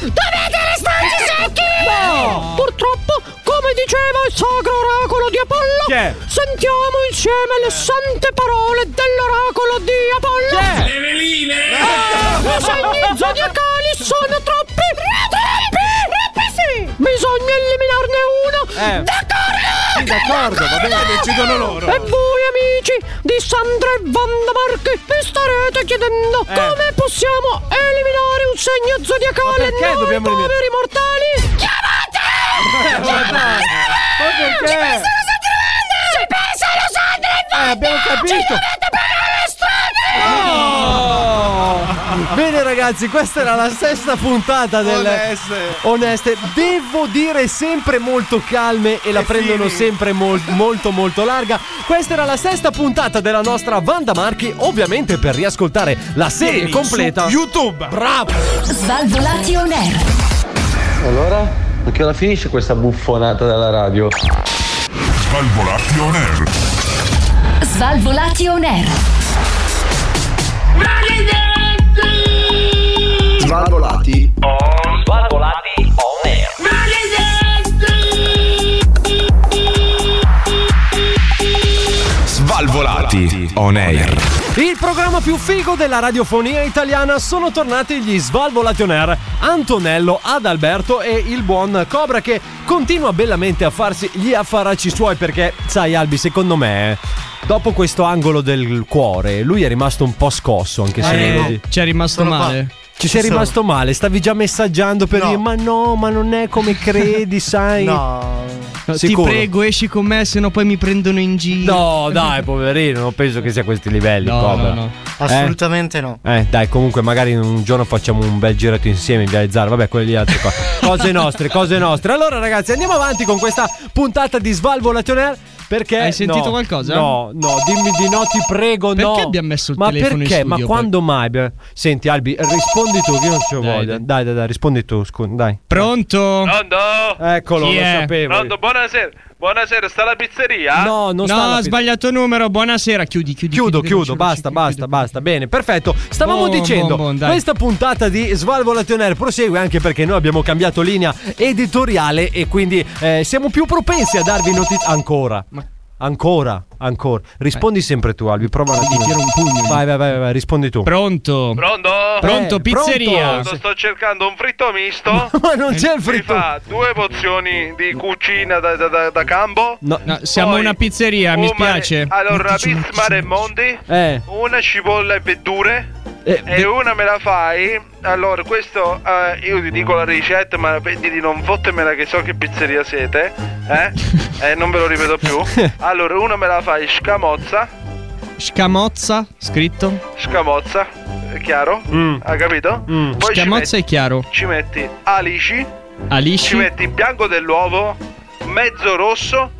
Dovete restarci secchi!
No!
Purtroppo, come diceva il sacro oracolo di Apollo,
Chi è?
sentiamo insieme le sante parole dell'oracolo di Apollo.
Le veline!
I segni zodiacali sono troppi! Troppi! Troppi sì! Bisogna eliminarne uno!
Eh.
D'accordo!
Sì, d'accordo, va bene, decidono loro.
E voi amici di Sandra e Vanda Marchi vi starete chiedendo
Eh.
come possiamo eliminare un segno
Ma
zodiacale
perché
noi
dobbiamo eliminare-
poveri mortali? Chiamate!
perché?
Si pensano Sandra e
Eh, abbiamo capito! No! Oh! Bene ragazzi, questa era la sesta puntata del
Oneste.
Oneste. Devo dire sempre molto calme e la prendono sempre mol- molto molto larga. Questa era la sesta puntata della nostra Vanda Marchi, ovviamente per riascoltare la serie
Vieni
completa.
su YouTube.
Bravo!
Svalvolati on air.
Allora, a che ora finisce questa buffonata della radio?
Svalvolati on air.
Svalvolati on air.
Svalvolati
Svalvolati on air.
Svalvolati
On Air.
Il programma più figo della radiofonia italiana sono tornati gli Svalvolati on Air, Antonello, Adalberto e il buon Cobra che continua bellamente a farsi gli affaracci suoi perché, sai Albi, secondo me, dopo questo angolo del cuore, lui è rimasto un po' scosso anche se...
Eh, ci è rimasto male.
Ci sei
sono.
rimasto male, stavi già messaggiando per dire ma no, ma non è come credi, sai?
No. Ti
Sicuro?
prego, esci con me, sennò poi mi prendono in giro.
No, dai, poverino, non penso che sia a questi livelli.
No,
Cobra.
no, no.
Assolutamente no.
Eh, dai, comunque, magari un giorno facciamo un bel giretto insieme in via Zara. Vabbè, quelle lì altre qua. cose nostre, cose nostre. Allora, ragazzi, andiamo avanti con questa puntata di Svalvolation Air. Perché.
Hai
no,
sentito qualcosa?
No, no, dimmi di no, ti prego, no.
Perché abbiamo messo il
Ma
telefono in
perché? Ma
studio,
quando mai? Beh, Senti, Albi, rispondi tu, che io non ce lo voglio. Dai, dai, dai, rispondi tu, scusa, dai.
Pronto?
Eccolo,
Chi
lo
è?
sapevo.
Pronto,
buonasera. Buonasera, sta la pizzeria?
No, non
no,
sta alla
ho
pizza-
sbagliato numero. Buonasera, chiudi, chiudi.
Chiudo, chiudo, basta, basta, basta. Bene, perfetto. Stavamo
Buon,
dicendo,
buon, buon, dai.
questa puntata di Svalvolation Air prosegue anche perché noi abbiamo cambiato linea editoriale e quindi eh, siamo più propensi a darvi notizie. Ancora. Ancora, ancora. Rispondi sempre tu, Albi. Prova un attimo.
Eh. tiro un pugno.
Vai, vai, vai, vai, rispondi tu. Eh,
Pronto.
Pronto?
Pronto, pizzeria.
Pronto, sto cercando un fritto misto.
Ma non c'è il
Mi
fritto.
fa due pozioni di cucina da, da- da- da campo.
No,
no, siamo
Poi
una pizzeria, mi
un mare-
spiace.
Allora, bismare e mondi.
Eh.
Una cipolla e verdure. e una me la fai. Allora, questo eh, io ti dico la ricetta, ma vedi di non fottemela che so che pizzeria siete. Eh? Eh, non ve lo ripeto più. Allora, una me la fai scamozza.
Scamozza, scritto.
Scamozza, è chiaro? Hai capito? Poi ci
Scamozza è
metti-
chiaro.
Ci metti alici, ci
Alici.
metti bianco dell'uovo, mezzo rosso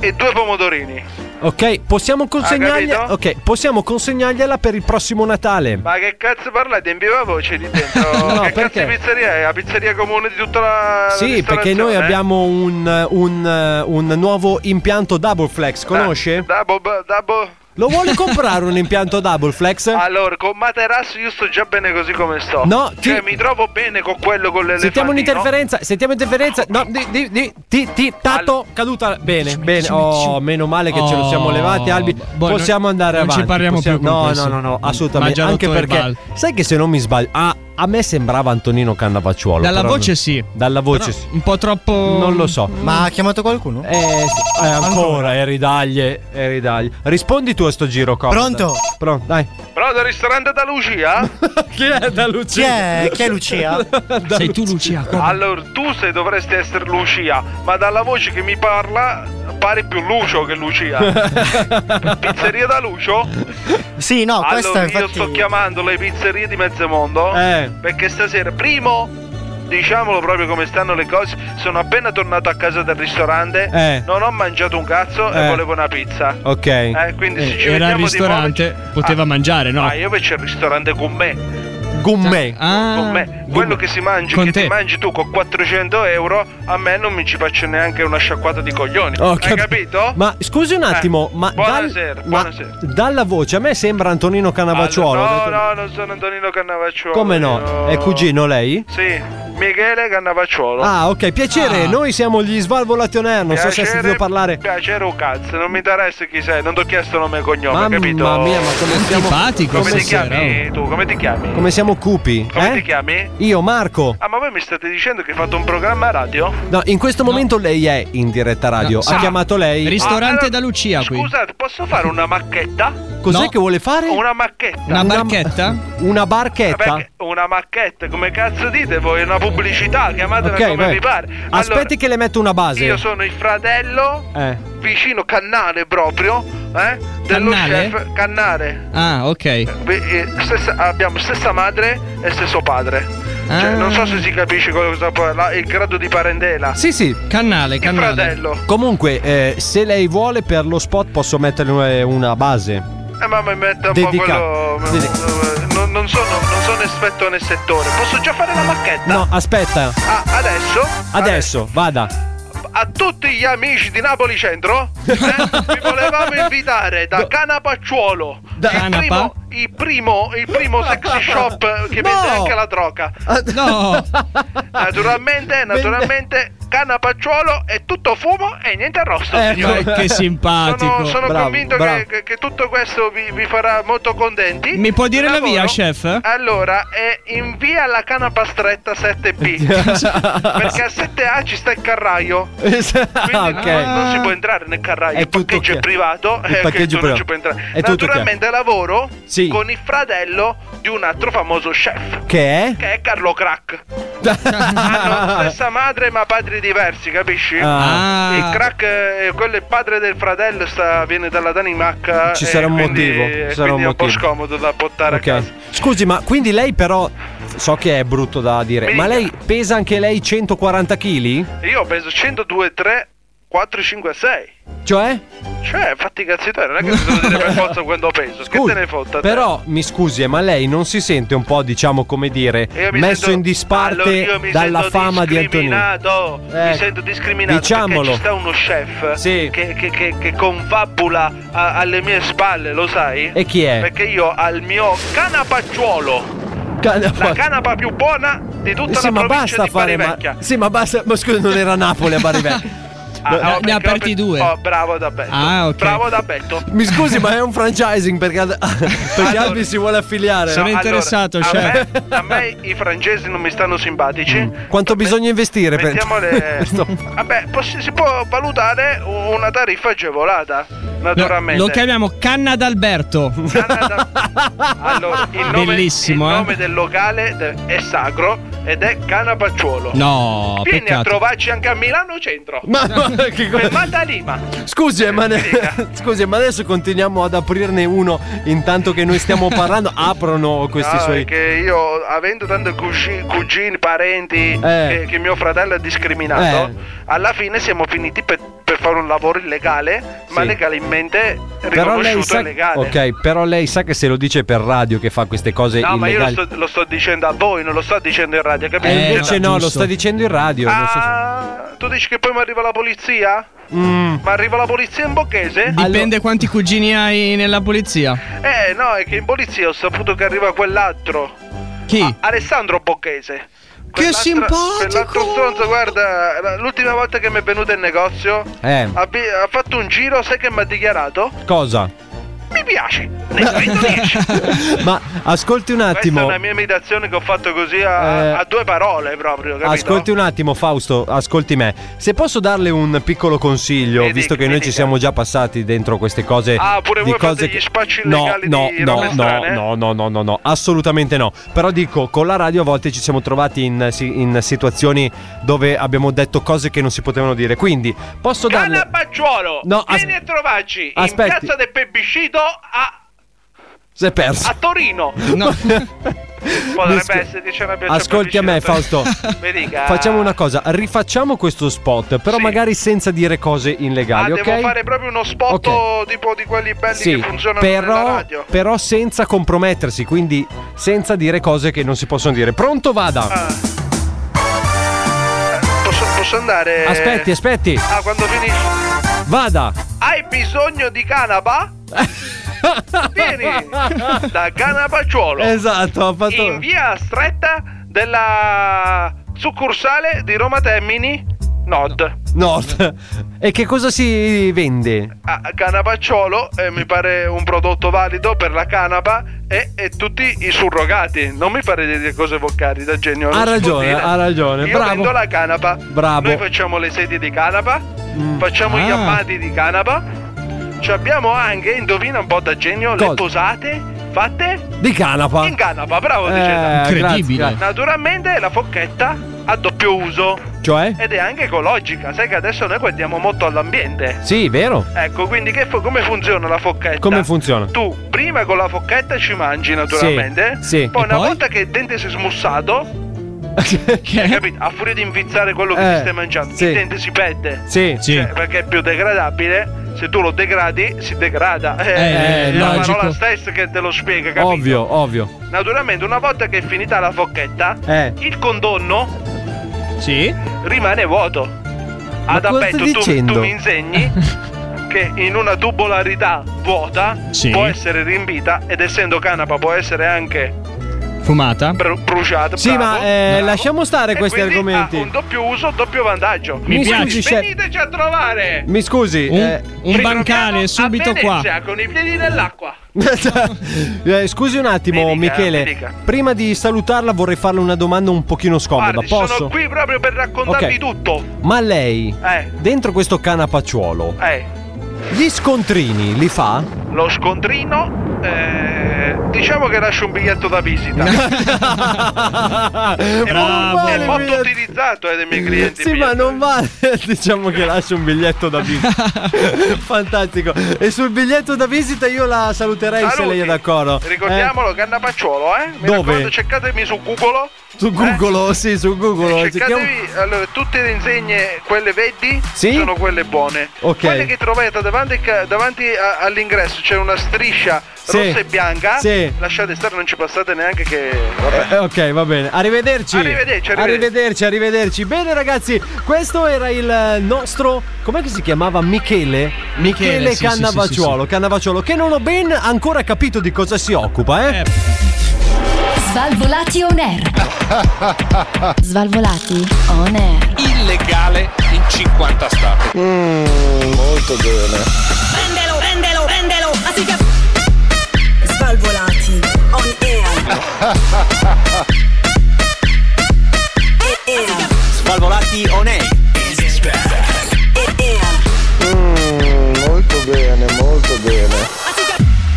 e due pomodorini.
Ok, possiamo consegnargli-
Ah, capito?
ok, possiamo consegnargliela per il prossimo Natale.
Ma che cazzo parlate in viva voce lì dentro?
No,
che
perché?
cazzo di pizzeria è? La pizzeria comune di tutta la. la
Sì, perché noi
ristorazione? eh?
abbiamo un, un- un nuovo impianto Double Flex, conosce?
Double, double.
Lo vuole comprare un impianto Double Flex?
Allora, con materasso io sto già bene così come sto.
No,
cioè,
ti-
mi trovo bene con quello con le
Sentiamo un'interferenza, sentiamo interferenza. No, di, di, di, ti, ti, tato, caduta. Bene, bene. Oh, meno male che ce lo siamo
Oh,
levati, Albi.
boh, non-
Possiamo andare
non ci
avanti.
parliamo più
possiamo-
con
No,
questo.
no, no, no, assolutamente.
Ma già
Anche
rotto le
perché,
balle.
sai che se non mi sbaglio, ah, a me sembrava Antonino Cannavacciuolo.
Dalla
però-
voce sì.
Dalla voce
Però
sì.
Un po' troppo.
Non lo so.
Ma ha chiamato qualcuno?
Eh, Eh, ancora, e ridaglie, e ridaglie. Rispondi tu a sto giro, Costa.
Pronto?
Pronto, dai.
Però dal ristorante da Lucia?
Chi è da Lucia?
Chi è, chi è Lucia?
Sei tu, Lucia.
Allora, tu sei, dovresti essere Lucia, ma dalla voce che mi parla pare più Lucio che Lucia. Pizzeria da Lucio?
Sì, no,
allora,
questa
io
infatti.
sto chiamando le pizzerie di Mezzomondo
Eh,
perché stasera, primo, diciamolo proprio come stanno le cose, sono appena tornato a casa dal ristorante,
Eh.
non ho mangiato un cazzo
Eh.
e volevo una pizza.
Ok.
Eh, quindi se ci
era al
vediamo di
ristorante, poteva mangiare, no?
Ah, io invece il ristorante con me.
Gourmet.
Ah.
Con me. Quello che si mangia,
Con
che
te.
ti mangi tu con 400 euro, a me non mi ci faccio neanche una sciacquata di coglioni.
Ah, Ho
Hai
cap-
capito?
Ma scusi un attimo,
Eh,
ma, dal-
buonasera,
ma
buonasera.
dalla voce a me sembra Antonino Cannavacciuolo. Ho
Allora,
detto-
no, no, non sono Antonino Cannavacciuolo.
Come no?
io-
È cugino lei?
Sì, Michele Cannavacciuolo.
Ah, ok, piacere,
Ah.
noi siamo gli Svalvolation Air, non so se ha
Piacere-
sentito parlare.
Piacere o cazzo, non mi interessa chi sei, non ti ho chiesto nome e cognome,
Mamma
capito?
mia, ma come siamo- Antipatico
Come ti
stasera,
chiami tu? Come ti chiami?
Come siamo cupi?
oh. Come
eh?
ti chiami?
Io, Marco.
Ah, ma voi mi state dicendo che hai fatto un programma radio?
No, in questo momento lei è in diretta radio.
No,
ha
sa-
chiamato lei.
Ristorante Ah, allora- da
Lucia
Scusate, posso fare una macchetta?
Cos'è che vuole fare?
Ah, Una macchetta.
barchetta? Una barchetta?
Perché una macchetta, come cazzo dite voi? Una pubblicità, chiamatela
Ok,
come
vai.
vi pare.
Aspetti che le metto una base.
Io sono il fratello
Eh.
vicino Cannale proprio, eh? Dello
Cannale?
chef Cannale.
Ah, ok.
Beh, eh, stessa- abbiamo stessa madre e stesso padre. Cioè,
Ah.
non so se si capisce quello che sta parlando, il grado di parentela.
Sì, sì.
Cannale,
cannale. fratello.
Comunque, eh, se lei vuole per lo spot posso metterle una base.
Eh, ma mi mette un
Dedica-
po' quello. eh, Non, non sono, non sono esperto nel settore. Posso già fare la macchetta?
No, aspetta.
Ah, adesso
Adesso, vada.
a tutti gli amici di Napoli Centro eh, vi volevamo invitare da Canapacciuolo il,
Canapa?
primo, il primo il primo sexy shop che
No!
vende anche la droga
no.
naturalmente naturalmente canapacciuolo è tutto fumo e niente arrosto.
Ecco,
signori.
che simpatico.
Sono, sono
Bravo,
convinto
bravo.
Che, che- che tutto questo vi, vi farà molto contenti.
Mi può dire la
Lavoro.
via, chef?
Allora, è in via la canapa stretta 7B. perché a 7A ci sta il carraio.
Ah, ok.
Non, non si può entrare nel carraio.
È
Il
tutto
parcheggio
chiaro.
è privato.
Il
eh, che
parcheggio
tu non
privato.
ci puoi entrare.
È tutto
Naturalmente lavoro
Sì.
con il fratello di un altro famoso chef.
Che è?
Che è Carlo Crack. Hanno stessa madre ma padri diversi, capisci?
Ah.
Il crack, eh, quello è il padre del fratello, sta, viene dalla Danimarca.
Ci
e
sarà un
Eh, quindi-
motivo, ci
e
sarà
quindi
un
è un po'
motivo.
scomodo da portare a
Ok.
casa.
Scusi, ma quindi lei però so che è brutto da dire, ma lei pesa anche lei 140 kg?
Io peso 102, 3, 4, 5, 6.
Cioè?
Cioè, fatti i cazzi tuoi, non è che ti devo dire per forza quando peso. che te ne fotta? a te?
Però mi scusi, eh, ma lei non si sente un po', diciamo, come dire,
Io mi
messo
sento-
in
Allora,
disparte
io mi
dalla
sento
fama di Antonino?
discriminato, Mi
Ecco.
sento discriminato
Diciamolo.
perché ci sta uno chef che, che- che- che confabula a- alle mie spalle, lo sai?
E chi è?
Perché io al mio canapacciuolo la canapa più buona di tutta
Sì,
la
ma
provincia
basta
di
fare. Ma,
Barivecchia.
sì, ma basta. Ma scusa, non era Napoli a Barivecchia.
Ah,
Ne-
oh,
ne ha
perché ho
aperti
pe-
due.
Oh, bravo da Betto.
Ah, ok.
Bravo da Betto.
Mi scusi, ma è un franchising perché, ad- perché Albi si vuole affiliare.
No, allora, a
cioè.
me- a me i francesi non mi stanno simpatici.
Mm. Quanto bisogna investire per.
Mettiamo le-
Sto-
Vabbè, poss- si può valutare u- una tariffa agevolata, naturalmente.
Lo chiamiamo Canna d'Alberto.
Allora, il nome,
Bellissimo,
il
eh.
nome del locale de- è sacro ed è Canapacciuolo.
No,
Vieni a
peccato.
trovarci anche a Milano Centro.
Ma- ma che cosa-
Fermata Lima.
Scusi, eh, ma ne- scusi, ma adesso continuiamo ad aprirne uno intanto che noi stiamo parlando. Aprono questi
No,
suoi.
Perché Ah, io, avendo tanti cugini, cugini parenti che, che mio fratello ha discriminato,
Eh.
alla fine siamo finiti per, per fare un lavoro illegale, ma
Sì.
legalmente
Però lei,
riconosciuto
sa...
e legale.
ok, però lei sa che se lo dice per radio che fa queste cose
No, ma io lo
illegali.
sto, lo sto dicendo a voi, non lo sto dicendo in radio, capito?
Eh,
Cioè,
invece no, lo sta dicendo in radio. non so se-
Tu dici che poi mi arriva la polizia?
Mm.
Ma arriva la polizia in bocchese?
Dipende quanti cugini hai nella polizia.
Eh, no, è che in polizia ho saputo che arriva quell'altro.
Chi?
Ah, Alessandro Bocchese. Che
simpatico!
Quell'altro stronzo, guarda, la- l'ultima volta che mi è venuto in negozio
Eh.
ha, vi- ha fatto un giro, sai che mi ha dichiarato?
Cosa?
Mi piace, ne prendo 10.
Ma ascolti un
Questa è
attimo.
una mia imitazione che ho fatto così a,
Eh.
a due parole proprio, capito?
Ascolti un attimo, Fausto, ascolti me. Se posso darle un piccolo consiglio,
Mi
visto
dica,
che
mi
noi ci
dica.
siamo già passati dentro queste cose.
Ah, pure
di
voi
cose
fate gli spacci
no,
illegali
no,
di eh? robe
no, no,
strane?
no, no, no, no, no, assolutamente no. Però dico, con la radio a volte ci siamo trovati in, si- in situazioni dove abbiamo detto cose che non si potevano dire. Quindi, posso darle.
Canapacciuolo,
No, as-
vieni a trovarci in
aspetti.
piazza del Pebiscito a,
Si è perso.
a Torino.
Mi
Potrebbe
scu-
essere che c'è una piazza
Ascolti a me,
Pebiscito a
Fausto.
Torino. Mi dica.
Facciamo una cosa, rifacciamo questo spot, però magari senza dire cose
Ah,
illegali, ok?
devo fare proprio uno spot
Ok.
tipo di quelli belli
Sì,
che funzionano nella
però,
radio.
però senza compromettersi, quindi senza dire cose che non si possono dire. Pronto, vada.
Ah, Posso, posso andare?
Aspetti, aspetti.
Ah, quando finisci.
Vada.
Hai bisogno di canapa? Vieni da Canapacciolo.
Esatto, ha fatto-
In via stretta della succursale di Roma Termini Nord.
No. e che cosa si vende?
A a Ah, Canapacciolo eh, mi pare un prodotto valido per la canapa e, e tutti i surrogati. Non mi fare dire cose vocali da genio. non
Ha
si può
ragione,
dire.
ha ragione,
Io
bravo.
vendo la canapa.
Bravo.
Noi facciamo le sedie di canapa, facciamo gli
Ah.
abbati di canapa. Ci abbiamo anche, indovina un po' da genio, le
Cosa?
posate fatte
Di canapa.
in canapa. Bravo,
Eh,
dice.
Incredibile. grazie.
Naturalmente la focchetta a doppio uso.
Cioè?
Ed è anche ecologica, sai che adesso noi guardiamo molto all'ambiente.
Sì, vero?
Ecco, quindi che fu- come funziona la focchetta?
Come funziona?
Tu prima con la focchetta ci mangi naturalmente,
Sì, sì.
poi
E
una
poi?
volta che il dente si è smussato, hai capito? A furia di invizzare quello che
Eh,
ti stai mangiando,
sì.
il dente si perde.
Sì. Sì.
Cioè, perché è più degradabile. Se tu lo degradi, si degrada. Eh,
Eh,
è la
logico.
parola stessa che te lo spiega, capito?
Ovvio, ovvio.
Naturalmente, una volta che è finita la focchetta,
Eh.
il condonno
Sì.
rimane vuoto.
Ma
Ad
cosa
appetto
stai
tu,
dicendo?
tu mi insegni che in una tubolarità vuota
Sì.
può essere riempita ed essendo canapa può essere anche
Fumata.
Bru- bruciata.
Sì,
bravo,
ma eh,
bravo.
lasciamo stare
E
questi
quindi
argomenti.
ha un doppio uso, doppio vantaggio.
Mi
Quindi
piace, chef.
Veniteci a trovare.
Mi scusi,
Un-
eh,
Ci troviamo a Venezia Con i piedi nell'acqua.
Eh, scusi un attimo,
Mi dica,
Michele.
mi dica.
Prima di salutarla, vorrei farle una domanda un pochino scomoda.
Guardi,
Posso?
sono qui proprio per raccontarvi
Ok.
tutto.
Ma lei,
Eh.
dentro questo canapacciuolo,
Eh,
gli scontrini li fa?
lo scontrino. eh, diciamo che lascio un biglietto da visita. è, molto, è molto utilizzato eh, dai miei clienti.
Mm, Sì, ma non vale. diciamo che lascia un biglietto da visita. Fantastico. E sul biglietto da visita io la saluterei se lei è d'accordo. Eh,
Ricordiamolo, Cannapacciolo, eh? Mi
Dove?
raccomando, cercatemi su Google.
Eh, su Google, sì, su Google. Si chiama-
Cercatevi, allora, tutte le insegne, quelle vedi,
Sì?
sono quelle buone.
Ok.
Quelle che trovate davanti, davanti a- all'ingresso c'è una striscia
Sì.
rossa e bianca.
Sì.
Lasciate stare, non ci passate neanche che... Vabbè.
Eh, ok, va bene. Arrivederci.
Arrivederci, arrivederci.
arrivederci. arrivederci. Bene, ragazzi, questo era il nostro. Com'è che si chiamava? Michele?
Michele, sì, sì,
Cannavacciuolo. Cannavacciuolo, che non ho ben ancora capito di cosa si occupa, eh?
Svalvolati on air. Svalvolati on air.
Illegale in 50 stati.
molto bene.
Prendelo, prendelo, prendelo. Así che... Svalvolati. On air.
Svalvolati on air.
molto bene, molto bene.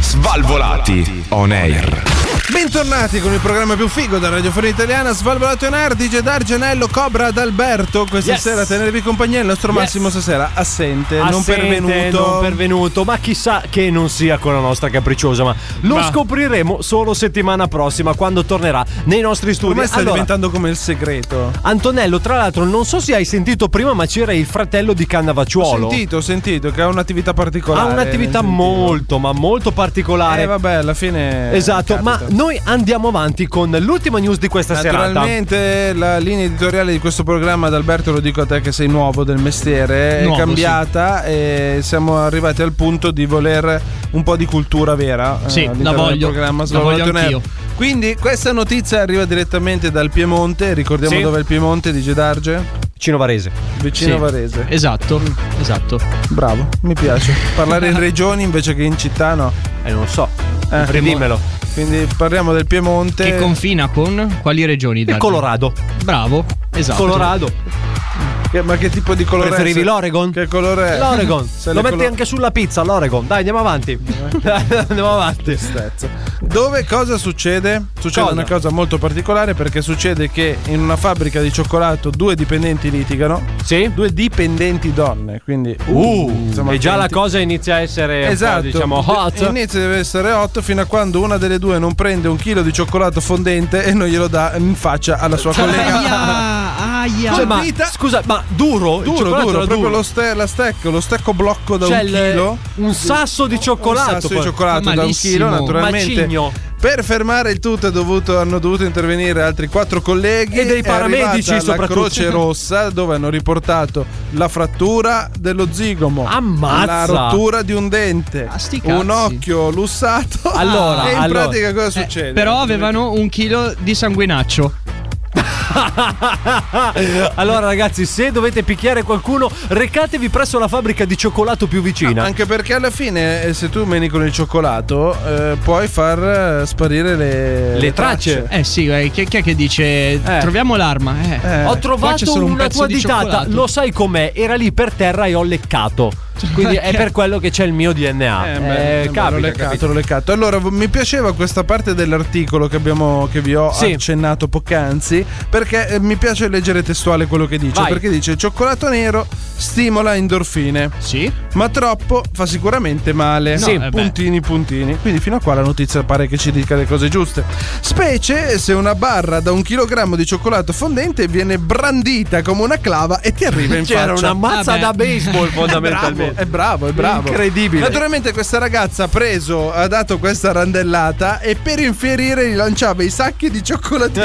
Svalvolati on air.
Bentornati con il programma più figo della radiofonia italiana Svalvolato in Air, DJ D'Argenello, Cobra d'Alberto Questa
Yes.
sera a tenervi compagnia il nostro
Yes.
Massimo stasera assente, Eh, non
Assente,
pervenuto
non pervenuto, ma chissà che non sia con la nostra capricciosa, ma lo
Ma-
scopriremo solo settimana prossima quando tornerà nei nostri studi.
Ormai sta
Allora,
diventando come il segreto
Antonello, tra l'altro, non so se hai sentito prima, ma c'era il fratello di Cannavacciuolo.
Ho sentito, ho sentito che ha un'attività particolare
Ha un'attività
nel
molto, ma molto particolare.
Eh, vabbè, alla fine
Esatto, ma
capita.
noi andiamo avanti con l'ultima news di questa serata.
Naturalmente la linea editoriale di questo programma, ad Alberto lo dico a te che sei nuovo del mestiere,
Nuovo,
è cambiata e siamo arrivati al punto di voler un po' di cultura vera. eh,
Sì, la
all'interno del
voglio,
programma
la
Svalvolati
voglio
on Air.
anch'io.
Quindi questa notizia arriva direttamente dal Piemonte, ricordiamo
Sì.
dove è il Piemonte di Gedarge?
Vicino Varese.
Vicino
Sì.
Varese.
Esatto, esatto.
Bravo, mi piace. Parlare in regioni invece che in città no.
Eh, non so.
Eh.
Dimmelo.
Quindi parliamo del Piemonte.
Eh.
Che confina con quali regioni?
Il
Dario?
Colorado.
Bravo, esatto.
Colorado.
Che- ma che tipo di colore
Preferivi
è?
l'Oregon?
Che colore è?
L'Oregon.
Eh. Se
Lo
le
metti
colo-
anche sulla pizza, l'Oregon. Dai, andiamo avanti. andiamo avanti.
tristezza. Dove cosa succede? Succede
Cosa?
una cosa molto particolare perché succede che in una fabbrica di cioccolato due dipendenti litigano.
Sì?
Due dipendenti donne, quindi
Uh,
siamo
e già la
attenti.
cosa inizia a essere un po',
Esatto,
diciamo hot.
Inizia deve essere hot fino a quando una delle due non prende un chilo di cioccolato fondente e non glielo dà in faccia alla sua collega.
Aia, aia.
Cioè, ma,
Colpita.
scusa, ma duro? Il
Duro,
cioccolato
duro,
era
proprio lo, ste- la stecco, lo stecco blocco da
Cioè,
un
il-
chilo.
un sasso di
Un
cioccolato.
sasso di
poi.
cioccolato da un
Malissimo.
chilo, naturalmente.
Macigno.
Per fermare il tutto è dovuto- hanno dovuto intervenire altri quattro colleghi
E dei paramedici,
La
soprattutto.
Croce Rossa, dove hanno riportato la frattura dello zigomo,
Ammazza!
la rottura di un dente,
Ah, sti cazzi.
un occhio lussato.
Allora,
e in
allora. Eh,
pratica cosa succede?
Però avevano un chilo di sanguinaccio.
allora, ragazzi, se dovete picchiare qualcuno, recatevi presso la fabbrica di cioccolato più vicina.
Anche perché alla fine, eh, se tu meni con il cioccolato, eh, puoi far eh, sparire le,
Le tracce.
Eh sì, eh, chi, chi è che dice troviamo l'arma? Eh.
Eh.
Ho
Qua c'è
trovato
solo un
una
pezzo
tua
di
ditata,
cioccolato.
lo sai com'è? Era lì per terra e ho leccato. Quindi Cioè, è per quello che c'è il mio DNA.
Eh,
Eh,
beh, eh,
capita,
l'ho leccato,
capita.
l'ho leccato. Allora, v- mi piaceva questa parte dell'articolo che, abbiamo, che vi ho
Sì.
accennato poc'anzi, perché eh, mi piace leggere testuale quello che dice.
Vai.
Perché dice: il cioccolato nero stimola endorfine.
Sì.
Ma troppo fa sicuramente male.
Sì. eh beh.
puntini, puntini. Quindi fino a qua la notizia pare che ci dica le cose giuste. Specie se una barra da un chilogrammo di cioccolato fondente viene brandita come una clava e ti arriva in
C'era
faccia.
una mazza
Vabbè.
da baseball fondamentalmente. ascolta.
È bravo, è bravo.
Incredibile.
Naturalmente questa ragazza ha preso, ha dato questa randellata e per infierire gli lanciava i sacchi di cioccolatini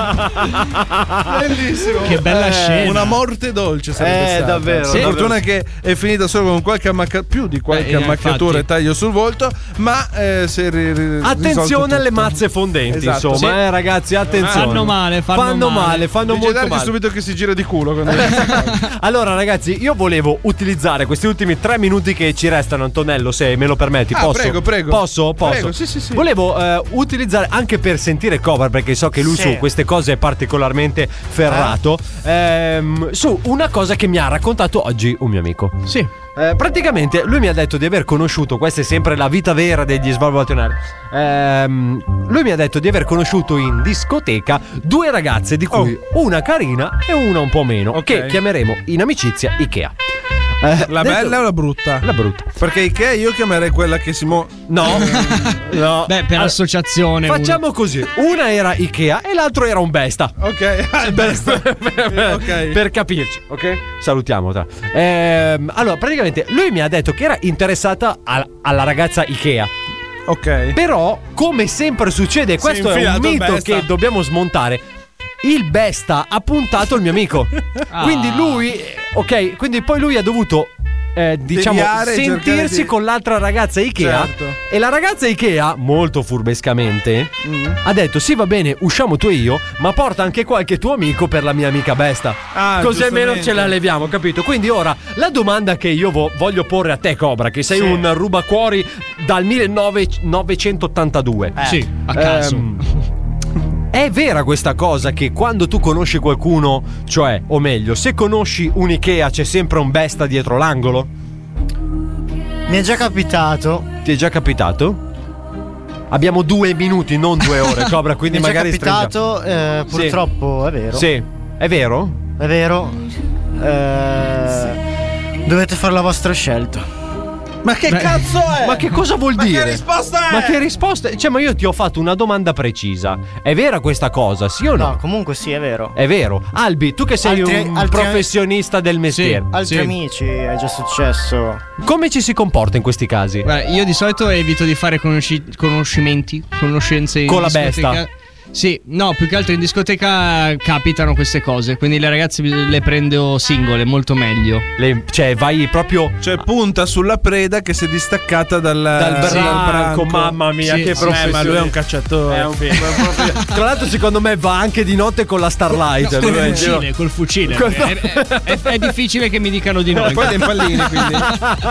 addosso. Bellissimo. Eh,
Che bella scena.
Una morte dolce sarebbe
Eh,
stata.
davvero,
Sì.
davvero.
Fortuna che è finita solo con qualche ammacca- più di qualche
Eh,
ammaccatura e
infatti.
taglio sul volto, ma eh, si è ri- ri- risolto
Attenzione
tutto.
alle mazze fondenti,
Esatto,
insomma,
sì.
eh, ragazzi, attenzione.
Fanno male, fanno
male,
male.
fanno
Dice
molto
Darchi
male.
subito che si gira di culo quando
Allora, ragazzi, io volevo utilizzare questi ultimi tre minuti che ci restano, Antonello, se me lo permetti.
Ah,
posso?
prego, prego.
Posso? Posso?
Prego, sì, sì, sì.
Volevo eh, utilizzare anche per sentire cover, perché so che lui
Sì. Eh?
su queste cose è particolarmente ferrato. ehm, su una cosa che mi ha raccontato oggi un mio amico.
Sì.
Eh, praticamente lui mi ha detto di aver conosciuto, questa è sempre la vita vera degli svalvolationari. Ehm, lui mi ha detto di aver conosciuto in discoteca due ragazze, di cui
Oh.
una carina e una un po' meno, che chiameremo in amicizia Ikea. Eh,
La
detto-
bella o la brutta?
La brutta.
Perché Ikea io chiamerei quella che si mo...
No, no.
Beh, per
Allora,
associazione.
Facciamo così: una era Ikea e l'altro era un besta.
Ok, ah,
besta.
ok.
Per capirci, ok? Salutiamo. Tra. Ehm, allora, praticamente lui mi ha detto che era interessata al- alla ragazza Ikea.
Ok.
Però, come sempre succede, questo è un
infilato il
mito
besta.
che dobbiamo smontare. Il besta ha puntato il mio amico.
Ah.
Quindi lui, eh, ok, quindi poi lui ha dovuto. eh, diciamo
Deviare, cercare
sentirsi
di-
con l'altra ragazza Ikea
Certo.
e la ragazza Ikea molto furbescamente
Mm.
ha detto sì va bene usciamo tu e io ma porta anche qualche tuo amico per la mia amica besta
Ah,
così almeno
giustamente.
ce la leviamo capito quindi ora la domanda che io vo- voglio porre a te Cobra che sei
Sì.
un rubacuori dal
Eh.
1982
Sì, a caso.
Ehm, è vera questa cosa che quando tu conosci qualcuno, cioè, o meglio, se conosci un Ikea c'è sempre un besta dietro l'angolo?
Mi è già capitato.
Ti è già capitato? Abbiamo due minuti, non due ore, Cobra, quindi
Mi è già
magari
capitato, eh,
stringiamo. Sì.
purtroppo, è vero.
Sì, è vero?
È vero. Eh, dovete fare la vostra scelta.
Ma che cazzo è?
Ma che cosa vuol
Ma
dire?
che risposta è?
Ma che risposta è? Cioè, ma io ti ho fatto una domanda precisa. È vera questa cosa, sì o no?
No, comunque sì, è vero.
È vero. Albi, tu che sei
Altri-
un
altri-
professionista del mestiere,
Altri amici è già successo.
come ci si comporta in questi casi?
Guarda, io di solito evito di fare conosci- conoscimenti, conoscenze in
Con la
discoteca.
besta.
Sì, no, più che altro in discoteca capitano queste cose, quindi le ragazze le prendo singole, molto meglio.
Le- cioè, vai proprio
Cioè punta sulla preda che si è distaccata dal,
dal
dal
branco,
branco.
mamma mia,
Sì,
che
sì,
professione.
ma lui è un cacciatore.
È un proprio- Tra l'altro, secondo me va anche di notte con la Starlight.
Col
lui è in giro-
fucile, col fucile.
Questo-
È, è- è difficile che mi dicano di no.
Poi dei pallini, quindi.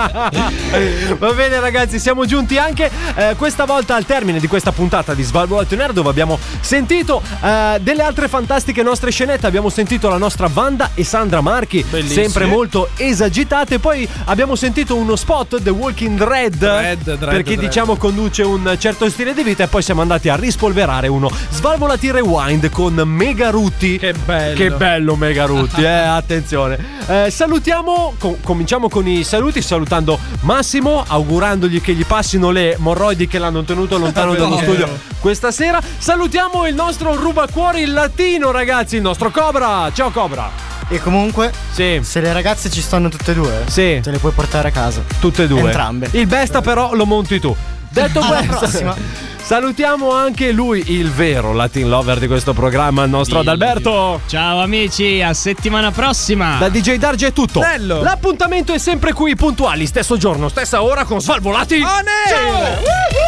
Va bene ragazzi, siamo giunti anche eh, questa volta al termine di questa puntata di Svalvolato in Air dove abbiamo sentito eh, delle altre fantastiche nostre scenette, abbiamo sentito la nostra Wanda e Sandra Marchi,
Bellissime.
sempre molto esagitate, poi abbiamo sentito uno spot The Walking Dread,
Dread, Dread,
perché
Dread.
diciamo conduce un certo stile di vita e poi siamo andati a rispolverare uno Svalvolati Rewind con Mega Rutti.
Che bello.
Che bello Mega Rutti, eh, attenzione. Eh, salutiamo, co- cominciamo con i saluti salutando Massimo, augurandogli che gli passino le morroidi che l'hanno tenuto lontano dallo
Vero.
studio questa sera. Salutiamo il nostro rubacuori latino, ragazzi, il nostro Cobra. Ciao Cobra.
E comunque,
Sì,
se le ragazze ci stanno tutte e due,
Sì.
te le puoi portare a casa.
tutte e due.
Entrambe.
Il besta però lo monti tu. Detto
Alla
questo,
prossima.
salutiamo anche lui, il vero Latin lover di questo programma, il nostro Adalberto.
Ciao amici, a settimana prossima.
Da DJ Darge è tutto.
Bello.
L'appuntamento è sempre qui, puntuali, stesso giorno, stessa ora con Svalvolati.
On air!
Ciao!